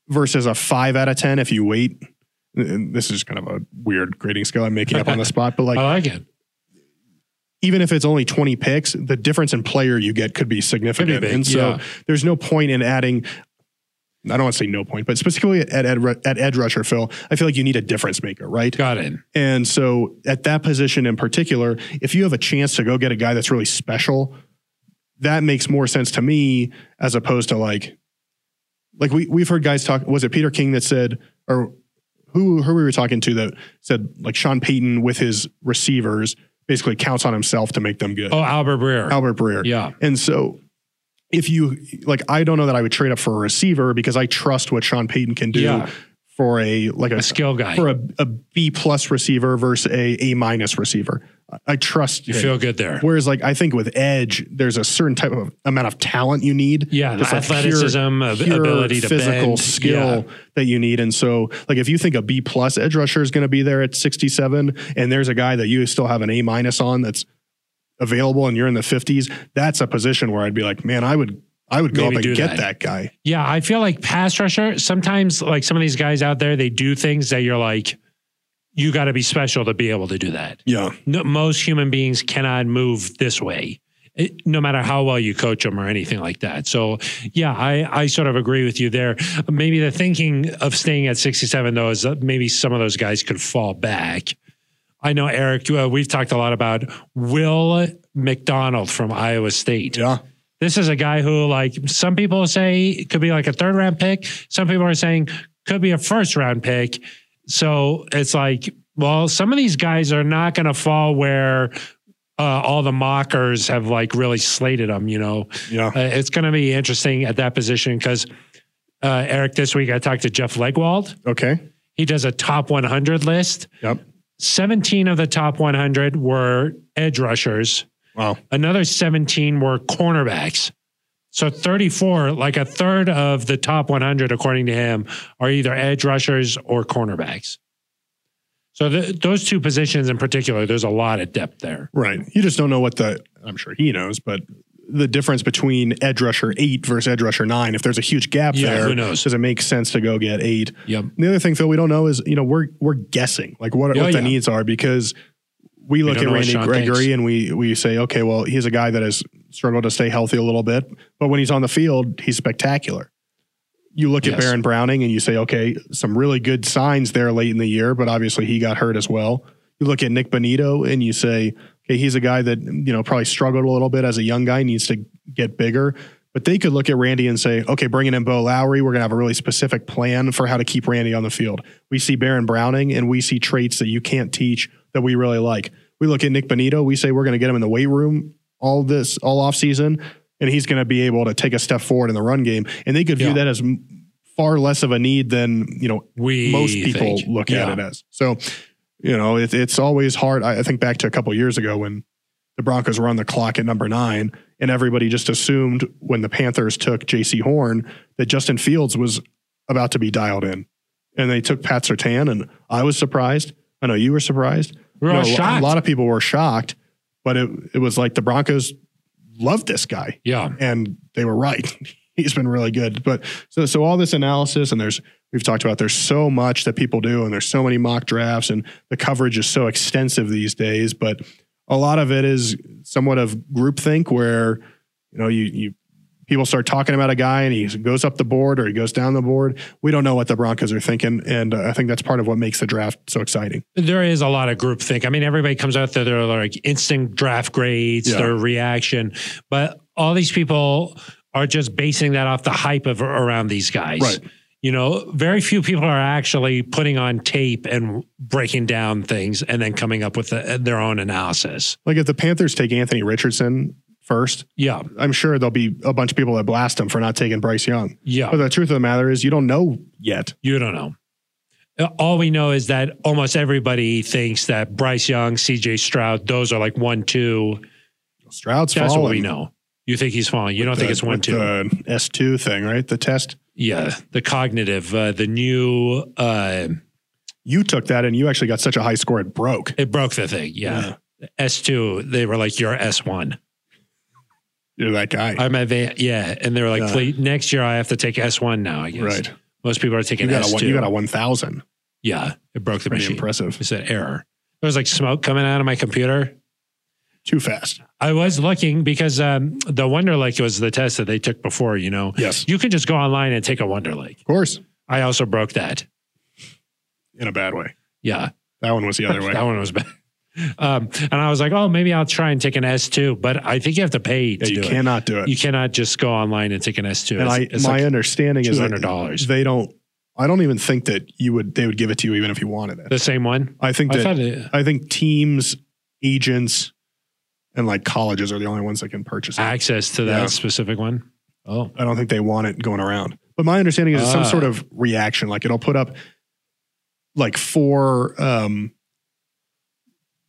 B: Versus a five out of ten if you wait. And This is kind of a weird grading scale I'm making up on the spot, but like
A: I like it.
B: even if it's only 20 picks, the difference in player you get could be significant.
A: big,
B: and so
A: yeah.
B: there's no point in adding. I don't want to say no point, but specifically at Ed, at Ed Rusher, Phil, I feel like you need a difference maker, right?
A: Got it.
B: And so at that position in particular, if you have a chance to go get a guy that's really special, that makes more sense to me as opposed to like like we we've heard guys talk was it Peter King that said or who who we were talking to that said like Sean Payton with his receivers basically counts on himself to make them good.
A: Oh, Albert Breer.
B: Albert Breer.
A: yeah,
B: And so if you like I don't know that I would trade up for a receiver because I trust what Sean Payton can do
A: Yeah.
B: for a like
A: a skill guy.
B: for a, a B plus receiver versus a A minus receiver. I- I trust
A: you
B: him.
A: feel good there.
B: Whereas, like I think with edge, there's a certain type of amount of talent you need.
A: Yeah,
B: Just, like,
A: athleticism, ab- ability to
B: physical
A: bend.
B: skill that you need. And so, like if you think a B plus edge rusher is going to be there at 67, and there's a guy that you still have an A minus on that's available, and you're in the 50s, that's a position where I'd be like, man, I would. I would go
A: Maybe
B: up
A: do
B: and get
A: that.
B: that, guy.
A: Yeah, I feel like pass rusher. Sometimes, like some of these guys out there, they do things that you're like, you got to be special to be able to do that.
B: Yeah.
A: No, most human beings cannot move this way. it, no matter how well you coach them or anything like that. So, yeah, I, I sort of agree with you there. Maybe the thinking of staying at 67, though, is that maybe some of those guys could fall back. I know, Eric, uh, we've talked a lot about Will McDonald from Iowa State.
B: Yeah.
A: This is a guy who, like, some people say could be like a third round pick. Some people are saying could be a first round pick. So it's like, well, some of these guys are not going to fall where uh, all the mockers have like really slated them. You know,
B: Yeah.
A: uh, it's going to be interesting at that position because uh, Eric, this week I talked to Jeff Legwald.
B: Okay.
A: He does a top 100 list.
B: Yep.
A: 17 of the top 100 were edge rushers.
B: Wow.
A: Another 17 were cornerbacks. So 34, like a third of the top 100, according to him, are either edge rushers or cornerbacks. So th- those two positions in particular, there's a lot of depth there.
B: Right. You just don't know what the, I'm sure he knows, but the difference between edge rusher eight versus edge rusher nine. If there's a huge gap
A: Yeah,
B: there,
A: who knows?
B: does it make sense to go get eight?
A: Yep.
B: The other thing, Phil, we don't know is, you know, we're, we're guessing like what,
A: Yeah,
B: what the
A: Oh, yeah.
B: needs are because we look
A: don't
B: at
A: know what
B: Randy
A: Sean
B: Gregory
A: thinks.
B: and we, we say, okay, well, he's a guy that has struggled to stay healthy a little bit, but when he's on the field, he's spectacular. You look at
A: Yes.
B: Baron Browning and you say, okay, some really good signs there late in the year, but obviously he got hurt as well. You look at Nick Bonito and you say, okay, he's a guy that, you know, probably struggled a little bit as a young guy, needs to get bigger. But they could look at Randy and say, okay, bringing in Bo Lowry, we're going to have a really specific plan for how to keep Randy on the field. We see Baron Browning and we see traits that you can't teach that we really like. We look at Nick Bonito, we say we're going to get him in the weight room all this, all offseason, and he's going to be able to take a step forward in the run game. And they could view
A: Yeah.
B: that as m- far less of a need than, you know,
A: We
B: most people
A: think-
B: look
A: yeah.
B: at it as. So, you know, it, it's always hard. I, I think back to a couple years ago when the Broncos were on the clock at number nine, and everybody just assumed when the Panthers took J.C. Horn that Justin Fields was about to be dialed in, and they took Pat Sertan, and I was surprised. I know you were surprised.
A: We were
B: You
A: all
B: know, A
A: shocked.
B: lot of people were shocked, but it it was like the Broncos loved this guy
A: Yeah.
B: and they were right. He's been really good. But so so all this analysis and there's we've talked about there's so much that people do and there's so many mock drafts and the coverage is so extensive these days, but a lot of it is somewhat of groupthink where you know you you people start talking about a guy and he goes up the board or he goes down the board. We don't know what the Broncos are thinking and uh, I think that's part of what makes the draft so exciting.
A: There is a lot of groupthink. I mean, everybody comes out there, they're like instant draft grades,
B: Yeah.
A: their reaction, but all these people are just basing that off the hype of around these guys.
B: Right.
A: You know, very few people are actually putting on tape and breaking down things and then coming up with the, their own analysis.
B: Like if the Panthers take Anthony Richardson first,
A: Yeah.
B: I'm sure there'll be a bunch of people that blast him for not taking Bryce Young.
A: Yeah.
B: But Oh, the truth of the matter is, you don't know yet.
A: You don't know. All we know is that almost everybody thinks that Bryce Young, CJ Stroud, those are like one, two.
B: Stroud's
A: That's
B: falling.
A: what we know. You think he's falling. You don't think it's one, two.
B: The S two thing, right? The test.
A: yeah the cognitive uh, the new uh
B: You took that, and you actually got such a high score it broke.
A: it broke the thing yeah, s2 they were like you're s1
B: You're that guy,
A: i'm at va- yeah and they were like
B: Yeah.
A: "Please, next year i have to take s1 now i guess
B: right?
A: most people are taking
B: You got, a,
A: s2
B: one- you got a one thousand.
A: yeah it broke the
B: Pretty
A: machine
B: impressive.
A: it said error there was like smoke coming out of my computer
B: Too fast.
A: i was looking because um the wonderlic was the test that they took before you know
B: Yes,
A: you can just go online and take a wonderlic
B: of course.
A: i also broke that
B: In a bad way.
A: yeah
B: That one was the other way.
A: That one was bad. Um, and I was like, oh, maybe I'll try and take an S2, but I think you have to pay
B: yeah,
A: to
B: you
A: do
B: cannot do
A: it.
B: it.
A: You cannot just go online and take an S2.
B: and
A: it's
B: I,
A: it's
B: my
A: like
B: understanding is that
A: $200.
B: they don't. I don't even think that you would. They would give it to you even if you wanted it.
A: the same one.
B: I think
A: I
B: that
A: thought it,
B: I think teams, agents, and like colleges are the only ones that can purchase it.
A: access to that
B: Yeah.
A: specific one. Oh,
B: I don't think they want it going around. But my understanding is it's some
A: Ah.
B: sort of reaction. Like it'll put up like four um,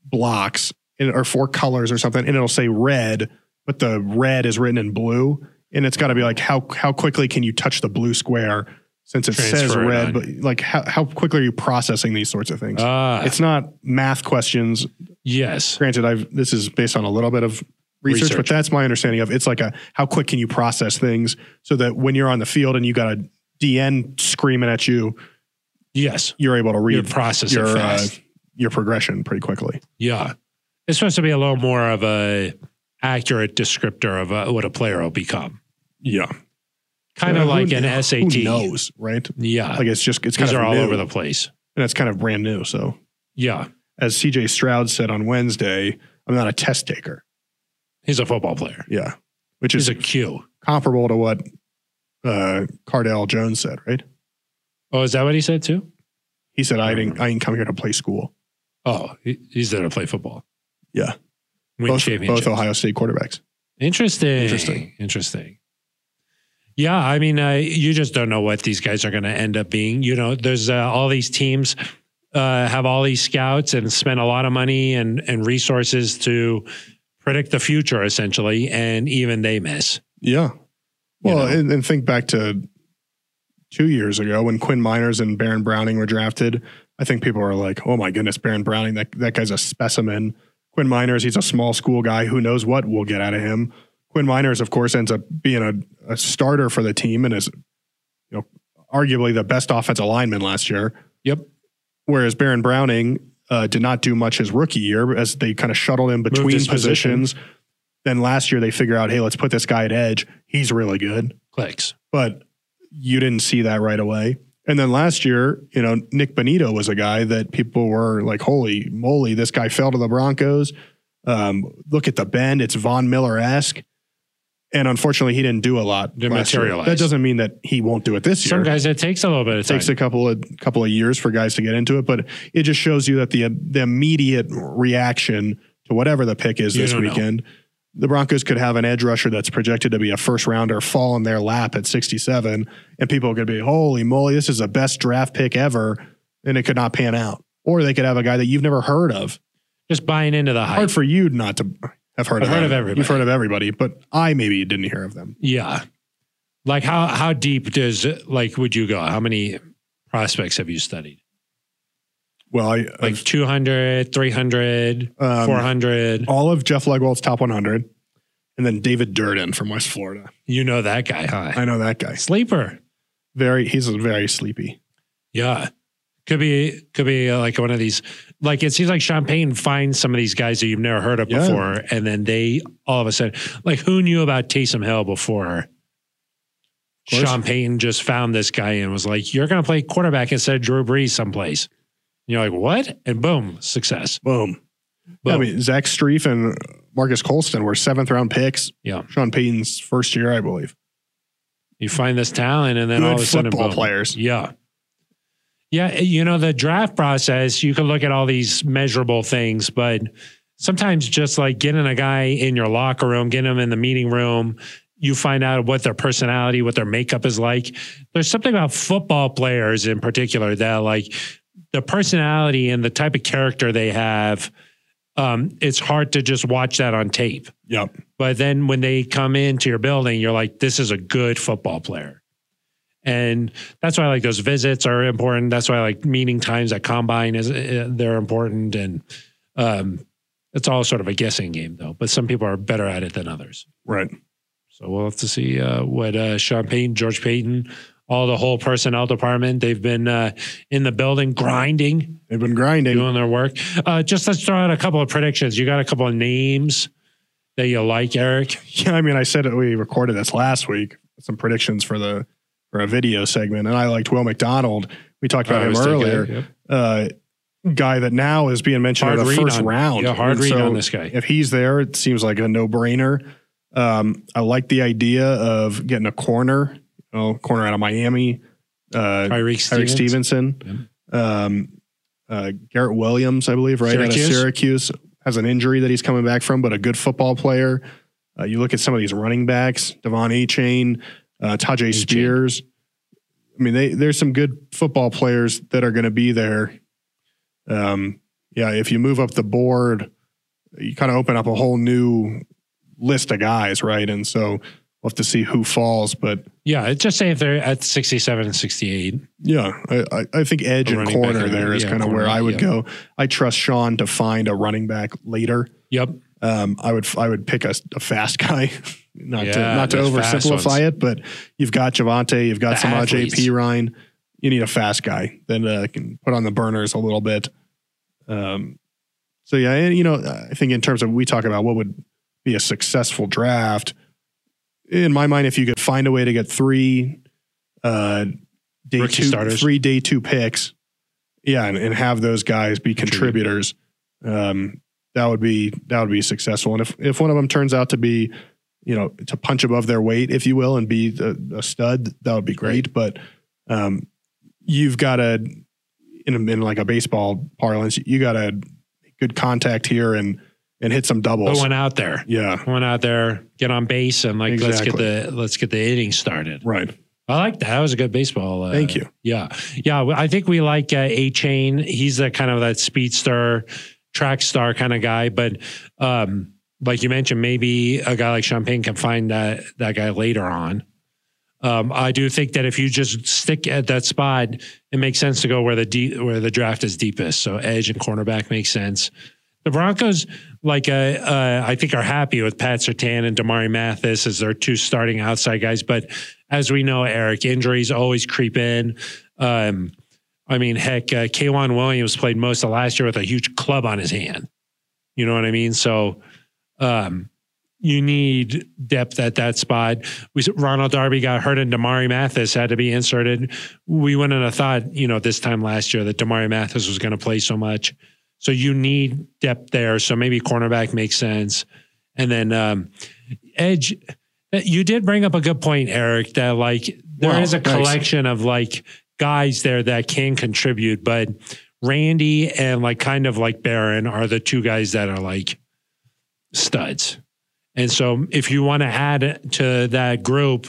B: blocks and, or four colors or something, and it'll say red, but the red is written in blue, and it's got to be like how how quickly can you touch the blue square since it says
A: Transfer it
B: red,
A: on.
B: but like how how quickly are you processing these sorts of things?
A: ah,
B: it's not math questions
A: yes.
B: granted i've this is based on a little bit of research,
A: Research.
B: but that's my understanding of it's like a how quick can you process things so that when you're on the field and you got a dn screaming at you
A: Yes.
B: you're able to
A: You're
B: read
A: processing
B: your uh,
A: fast.
B: your progression pretty quickly
A: yeah. It's supposed to be a little more of a accurate descriptor of uh, what a player will become.
B: Yeah.
A: Kind of
B: Uh, who
A: like
B: kn-
A: an SAT.
B: Who knows, right?
A: Yeah.
B: Like it's just it's kind
A: Because
B: of
A: they're all
B: new,
A: over the place.
B: and it's kind of brand new. So
A: Yeah.
B: as CJ Stroud said on Wednesday, I'm not a test taker.
A: He's a football player.
B: Yeah. Which
A: He's
B: is
A: a Q.
B: comparable to what uh, Cardell Jones said, right?
A: Oh, is that what he said too?
B: He said, I didn't I didn't come here to play school.
A: Oh, he- he's there to play football.
B: Yeah.
A: Win
B: both,
A: championships.
B: both Ohio State quarterbacks.
A: Interesting.
B: Interesting.
A: Interesting. Yeah, I mean, uh, you just don't know what these guys are going to end up being. You know, there's uh, all these teams uh, have all these scouts and spend a lot of money and and resources to predict the future, essentially, and even they miss.
B: Yeah.
A: You
B: Well,
A: know?
B: and, and think back to two years ago when Quinn Miners and Baron Browning were drafted. I think people were like, "Oh my goodness, Baron Browning! That that guy's a specimen." Quinn Miners, he's a small school guy. Who knows what we'll get out of him? Quinn Miners, of course, ends up being a, a starter for the team and is, you know, arguably the best offensive lineman last year.
A: Yep.
B: Whereas Baron Browning uh, did not do much his rookie year as they kind of shuttled him between
A: his position.
B: positions. Then last year they figure out, hey, let's put this guy at edge. He's really good
A: Clicks.
B: but you didn't see that right away. And then last year, you know, Nick Bonito was a guy that people were like, holy moly, this guy fell to the Broncos. Um, look at the bend. It's Von Miller esque. And unfortunately, he didn't do a lot.
A: Didn't
B: last year.
A: materialize.
B: That doesn't mean that he won't do it this year.
A: Some guys it takes a little bit of
B: it
A: time.
B: takes a couple of couple of years for guys to get into it, but it just shows you that the the immediate reaction to whatever the pick is
A: You
B: this
A: don't know.
B: weekend, the Broncos could have an edge rusher that's projected to be a first rounder fall in their lap at 67, and people could be, holy moly, this is the best draft pick ever, and it could not pan out. Or they could have a guy that you've never heard of.
A: just buying into the hype.
B: Hard for you not to have heard
A: I've
B: of.
A: heard
B: him.
A: of everybody.
B: You've heard of everybody, but I maybe didn't hear of them.
A: Yeah. Like how how deep does like would you go? How many prospects have you studied?
B: Well, I,
A: Like 200, 300,
B: Uh, um,
A: 400.
B: all of Jeff Legwald's top 100, and then David Durden from West Florida.
A: You know that guy, huh?
B: I know that guy.
A: Sleeper.
B: Very, he's very sleepy.
A: Yeah. Could be could be uh, like one of these like it seems like Champagne finds some of these guys that you've never heard of
B: Yeah.
A: before and then they all of a sudden like who knew about Taysom Hill before?
B: course.
A: Champagne just found this guy and was like, You're gonna play quarterback instead of Drew Brees someplace. And you're like, What? And boom, success.
B: Boom.
A: Boom.
B: I mean, Zach Streif and Marcus Colston were seventh round picks.
A: Yeah.
B: Sean Payton's first year, I believe.
A: You find this talent, and then all of a
B: Good
A: sudden,
B: football
A: boom.
B: players.
A: Yeah, yeah. eh, You know the draft process. You can look at all these measurable things, but sometimes just like getting a guy in your locker room, getting him in the meeting room, you find out what their personality, what their makeup is like. There's something about football players in particular that like the personality and the type of character they have. Um, it's hard to just watch that on tape.
B: Yep.
A: But then when they come into your building, you're like, this is a good football player. And that's why like those visits are important. That's why like meeting times at combine is uh, they're important. And um, it's all sort of a guessing game though. But some people are better at it than others.
B: Right.
A: So we'll have to see uh, what uh, Sean Payton, George Payton, all the whole personnel department. They've been uh, in the building grinding
B: They've been grinding.
A: doing their work. Uh, just let's throw out a couple of predictions. You got a couple of names that you like, Eric.
B: Yeah. I mean, I said it, we recorded this last week, some predictions for the, for a video segment. And I liked Will McDonald. We talked
A: I
B: about him
A: Oh, was thinking,
B: earlier.
A: yep.
B: Uh, guy that now is being mentioned in
A: Hard
B: the
A: read
B: first
A: on-
B: round.
A: Yeah, hard
B: Oh, And
A: read
B: so
A: on this guy.
B: if he's there, it seems like a no brainer. Um, I like the idea of getting a corner, you know, corner out of Miami, uh,
A: Tyreek
B: Eric
A: Stevens.
B: Stevenson, um, uh, Garrett Williams, I believe, right out of
A: Syracuse.
B: Syracuse, has an injury that he's coming back from, but a good football player. Uh, you look at some of these running backs, Devon A. Chain, uh, Tajay Spears. I mean, they, there's some good football players that are going to be there. Um, yeah, if you move up the board, you kind of open up a whole new list of guys, right? And so we'll have to see who falls. But
A: Yeah, it's just say if they're at 67 and 68.
B: yeah, I, I- I think edge
A: A
B: and
A: running back
B: corner
A: and-
B: there is
A: yeah,
B: kind of
A: corner,
B: where I would
A: yeah.
B: go. I trust Sean to find a running back later.
A: Yep.
B: Um, I would I would pick a, a fast guy, not to
A: Yeah,
B: not to
A: those fast ones.
B: oversimplify it, but you've got Javante, you've got
A: The
B: Samaj
A: athletes.
B: P Ryan. You need a fast guy that uh, can put on the burners a little bit. Um, so yeah, and, you know, I think in terms of we talk about what would be be a successful draft. In my mind, if you could find a way to get three uh, day
A: Rookie
B: two,
A: starters.
B: three day two picks, yeah, and, and have those guys be
A: Contribute.
B: contributors, um, that would be that would be successful. And if if one of them turns out to be, you know, to punch above their weight, if you will, and be a, a stud, that would be great. But um, you've got to in, a- in like a baseball parlance, you got to good contact here and and hit some doubles.
A: Going out there,
B: yeah,
A: going out there, get on base, and like let's get the let's get the inning started.
B: right.
A: I like that. That was a good baseball. Uh,
B: Thank you.
A: Yeah, yeah. I think we like uh, A Chain. He's that kind of that speedster, track star kind of guy. But um, like you mentioned, maybe a guy like Champagne can find that that guy later on. Um, I do think that if you just stick at that spot, it makes sense to go where the deep, where the draft is deepest. So edge and cornerback makes sense. The Broncos, like uh, uh, I think, are happy with Pat Sertan and Damari Mathis as their two starting outside guys. But as we know, Eric, injuries always creep in. Um, I mean, heck, uh, Kwan Williams played most of last year with a huge club on his hand. You know what I mean? So um, you need depth at that spot. We, Ronald Darby got hurt and Damari Mathis had to be inserted. We wouldn't have thought, you know, this time last year that Damari Mathis was going to play so much. So you need depth there. So maybe cornerback makes sense. And then um, edge, you did bring up a good point, Eric, that like there is
B: Wow,
A: a
B: thanks.
A: collection of like guys there that can contribute, but Randy and like kind of like Barron are the two guys that are like studs. And so if you want to add to that group,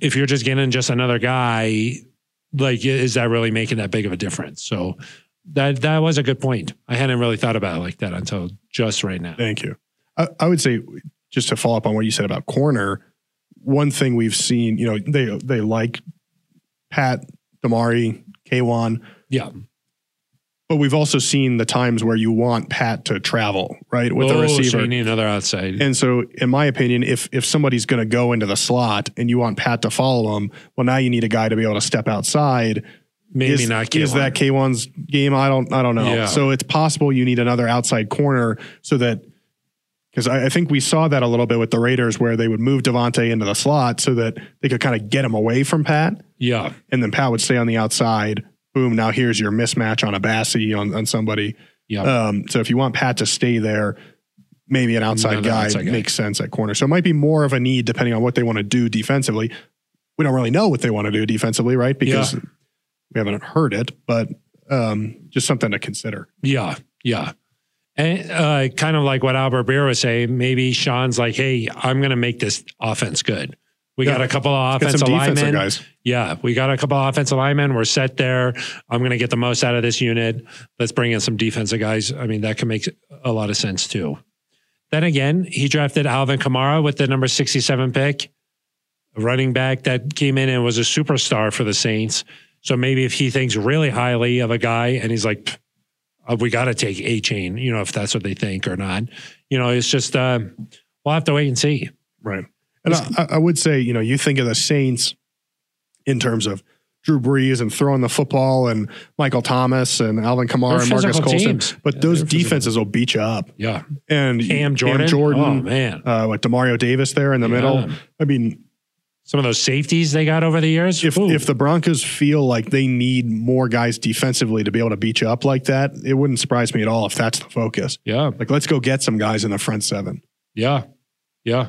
A: if you're just getting just another guy, like is that really making that big of a difference? So that that was a good point. I hadn't really thought about it like that until just right now.
B: Thank you. I, I would say just to follow up on what you said about corner. One thing we've seen, you know, they they like Pat, Damari, Kwan.
A: Yeah.
B: But we've also seen the times where you want Pat to travel, right, with
A: oh,
B: the
A: So
B: receiver.
A: you need another outside.
B: and so, in my opinion, if if somebody's going to go into the slot and you want Pat to follow him, well, now you need a guy to be able to step outside
A: Maybe
B: is,
A: not
B: is that K1's game? I don't I don't know.
A: Yeah.
B: So it's possible you need another outside corner so that because I, I think we saw that a little bit with the Raiders where they would move Devontae into the slot so that they could kind of get him away from Pat
A: Yeah.
B: and then Pat would stay on the outside. Boom, now here's your mismatch on a Bassie on, on somebody.
A: Yeah.
B: Um, so if you want Pat to stay there, maybe an outside
A: Another
B: guy,
A: outside guy.
B: makes sense at corner. So it might be more of a need depending on what they want to do defensively. We don't really know what they want to do defensively, right? Because we haven't heard it, but um, just something to consider.
A: Yeah, yeah. And uh, kind of like what Albert Beer was saying, maybe Sean's like, hey, I'm going to make this offense good. We
B: Yeah.
A: got a couple of
B: Get
A: offensive
B: some defensive
A: linemen.
B: guys.
A: Yeah, we got a couple of offensive linemen. We're set there. I'm going to get the most out of this unit. Let's bring in some defensive guys. I mean, that can make a lot of sense too. Then again, he drafted Alvin Kamara with the number 67 pick, a running back that came in and was a superstar for the Saints. So maybe if he thinks really highly of a guy and he's like, "Pff, uh, we got to take A chain, you know, if that's what they think or not. You know, it's just, uh, we'll have to wait and see.
B: Right. And I, I- I would say, you know, you think of the Saints in terms of Drew Brees and throwing the football and Michael Thomas and Alvin Kamara
A: They're
B: and Marcus
A: physical
B: Colston.
A: teams.
B: But
A: Yeah,
B: those
A: they're physical.
B: defenses will beat you up.
A: Yeah.
B: And
A: Cam Jordan. Oh, man.
B: uh, what Demario Davis there in the middle.
A: Yeah.
B: I mean,
A: Some of those safeties they got over the years.
B: if
A: Ooh.
B: if the Broncos feel like they need more guys defensively to be able to beat you up like that, it wouldn't surprise me at all if that's the focus.
A: yeah.
B: Like, let's go get some guys in the front seven.
A: Yeah. Yeah.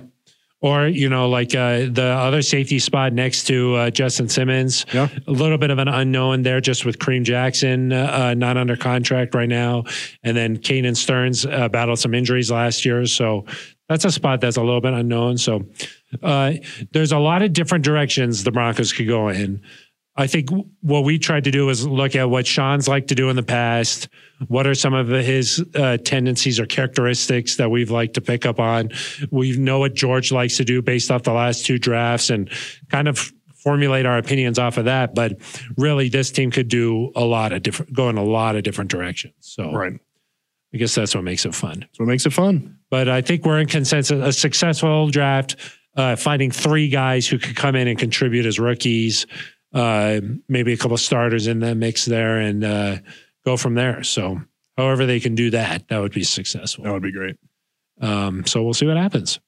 A: Or, you know, like uh, the other safety spot next to uh, Justin Simmons,
B: Yeah.
A: a little bit of an unknown there just with Kareem Jackson uh, uh, not under contract right now. And then Kanan Stearns uh, battled some injuries last year. So that's a spot that's a little bit unknown. So uh, there's a lot of different directions the Broncos could go in. I think w- what we tried to do is look at what Sean's liked to do in the past. What are some of his uh, tendencies or characteristics that we've liked to pick up on? We know what George likes to do based off the last two drafts and kind of formulate our opinions off of that. But really, this team could do a lot of different, go in a lot of different directions. So
B: Right.
A: I guess that's what makes it fun
B: That's what makes it fun.
A: but I think we're in consensus. A successful draft, uh, finding three guys who could come in and contribute as rookies, uh, maybe a couple starters in the mix there, and uh, go from there. So, however they can do that, that would be successful.
B: That would be great.
A: Um, so we'll see what happens.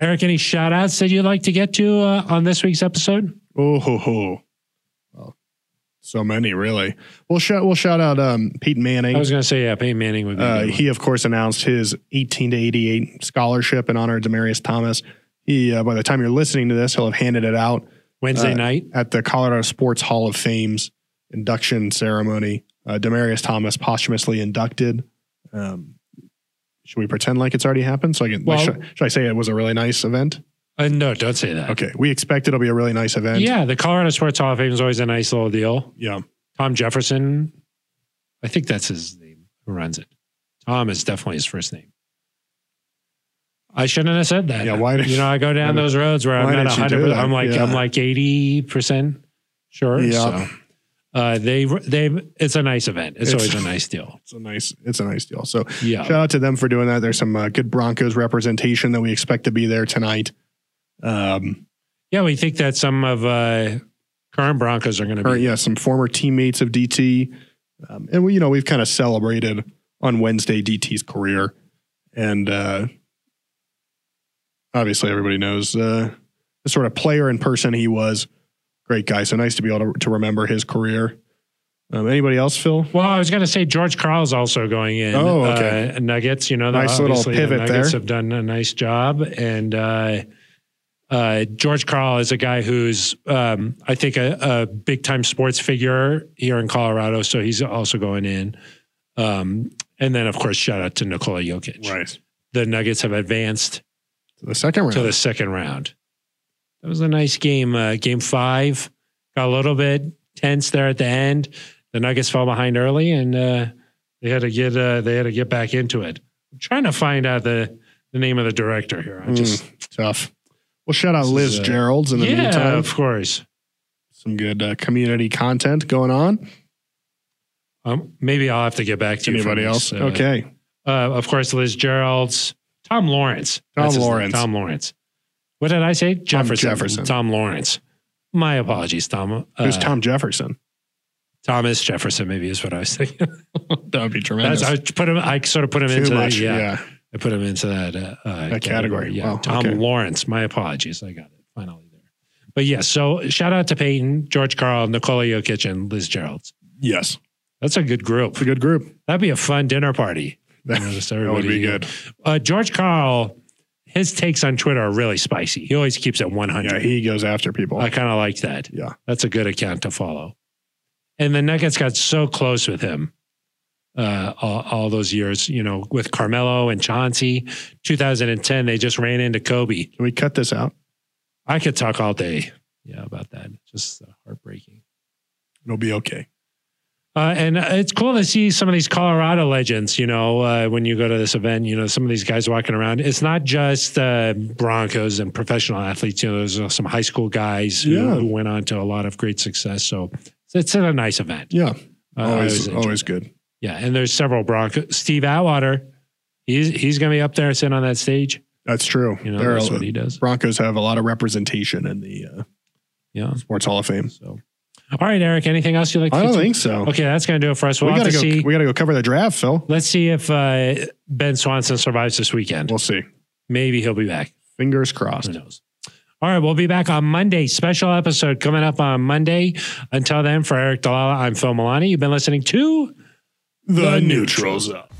A: Eric, any shout outs that you'd like to get to uh, on this week's episode?
B: Oh ho ho! Well, so many really. We'll shout we'll shout out um, Pete Manning.
A: I was going to say, yeah, Peyton Manning would be. a
B: Uh,
A: good one.
B: he, of course, announced his 18 to 88 scholarship in honor of Demarius Thomas. He, uh, by the time you're listening to this, he'll have handed it out
A: Wednesday
B: uh,
A: night.
B: at the Colorado Sports Hall of Fame's induction ceremony. Uh, Demarius Thomas posthumously inducted. Um, should we pretend like it's already happened? So I can. like,
A: Well-
B: should, should I say it was a really nice event?
A: Uh, no, don't say that.
B: Okay, we expect it'll be a really nice event.
A: Yeah, the Colorado Sports Hall of Fame is always a nice little deal.
B: yeah.
A: Tom Jefferson, I think that's his name, who runs it. Tom is definitely his first name. I shouldn't have said that.
B: Yeah, why did-
A: you know I go down
B: why
A: those roads where
B: why
A: I'm not
B: did you do
A: hundred.
B: that?
A: I'm like I'm
B: Yeah.
A: like eighty percent sure.
B: Yeah.
A: So, uh, they they it's a nice event. It's,
B: It's-
A: always a nice deal.
B: It's a nice. It's a nice deal. So
A: Yeah.
B: Shout out to them for doing that. There's some uh, good Broncos representation that we expect to be there tonight. Um,
A: Yeah, we think that some of uh, current Broncos are going to
B: or,
A: be.
B: yeah, some former teammates of DT, um, and we, you know, we've kind of celebrated on Wednesday DT's career, and uh, obviously everybody knows uh, the sort of player and person he was. Great guy. So nice to be able to, to remember his career. Um, anybody else, Phil?
A: Well, I was going to say George Carl's also going in.
B: Oh, okay.
A: Uh, Nuggets, you know,
B: Nice little
A: obviously
B: pivot
A: the Nuggets
B: there.
A: have done a nice job, and uh, uh, George Carl is a guy who's, um, I think, a, a big time sports figure here in Colorado. So he's also going in. Um, and then, of course, shout out to Nikola Jokic.
B: Right.
A: The Nuggets have advanced
B: To the second round.
A: to the second round. That was a nice game. Uh, game five got a little bit tense there at the end. The Nuggets fell behind early, and uh, they had to get uh, they had to get back into it. I'm trying to find out the the name of the director here. I
B: Mm,
A: just
B: tough. Well, shout out
A: This
B: Liz
A: is, uh,
B: Gerald's in the
A: yeah,
B: meantime.
A: of course.
B: some good uh, community content going on.
A: Um, maybe I'll have to get back to you for
B: Anybody
A: this,
B: else?
A: uh,
B: okay.
A: Uh, of course, Liz Gerald's Tom Lawrence.
B: Tom
A: his name,
B: Lawrence.
A: Tom Lawrence. What did I say? Jefferson.
B: Jefferson.
A: Tom Lawrence. My apologies, Tom. Uh,
B: Who's Tom Jefferson?
A: Thomas Jefferson. Maybe is what I was thinking.
B: That would be tremendous.
A: That's, I put him. I sort of put him
B: Too
A: into
B: much.
A: That, yeah,
B: yeah.
A: I put him into that uh, uh,
B: That category.
A: Yeah,
B: Wow,
A: Tom
B: okay.
A: Lawrence. My apologies. I got it finally there. But yeah, so shout out to Peyton, George Carl, Nikola Jokic, and Liz Gerald's.
B: Yes.
A: That's a good group.
B: It's a good group.
A: That'd be a fun dinner party.
B: That,
A: Notice
B: would
A: everybody-
B: be good.
A: Uh, George Carl, his takes on Twitter are really spicy. He always keeps it one
B: Yeah,
A: hundred.
B: he goes after people.
A: I kind of like that.
B: Yeah.
A: that's a good account to follow. And the Nuggets got so close with him uh, all, all those years, you know, with Carmelo and Chauncey. 2010, they just ran into Kobe.
B: Can we cut this out?
A: I could talk all day, yeah, about that. Just uh, heartbreaking.
B: It'll be okay.
A: Uh, and uh, it's cool to see some of these Colorado legends, you know, uh, when you go to this event, you know, some of these guys walking around. It's not just uh, Broncos and professional athletes, you know, there's uh, some high school guys who,
B: Yeah.
A: who went on to a lot of great success. So it's a nice event.
B: Yeah.
A: Uh, I
B: always
A: enjoy
B: always
A: that.
B: good.
A: Yeah, and there's several Broncos. Steve Atwater, he's he's going to be up there sitting on that stage.
B: That's true.
A: You know,
B: There are-
A: that's what he does.
B: Broncos have a lot of representation in the uh,
A: Yeah.
B: Sports Hall of Fame.
A: So, all right, Eric. Anything else you like?
B: I
A: to
B: don't think so.
A: Okay, that's going to do it for us. We'll
B: we
A: have
B: gotta
A: to
B: go.
A: see.
B: We gotta go cover the draft, Phil.
A: Let's see if uh, Ben Swanson survives this weekend.
B: We'll see.
A: Maybe he'll be back.
B: Fingers crossed.
A: Who knows? All right, we'll be back on Monday. Special episode coming up on Monday. Until then, for Eric Dalala, I'm Phil Milani. You've been listening to
B: The
A: Neutral
B: Zone.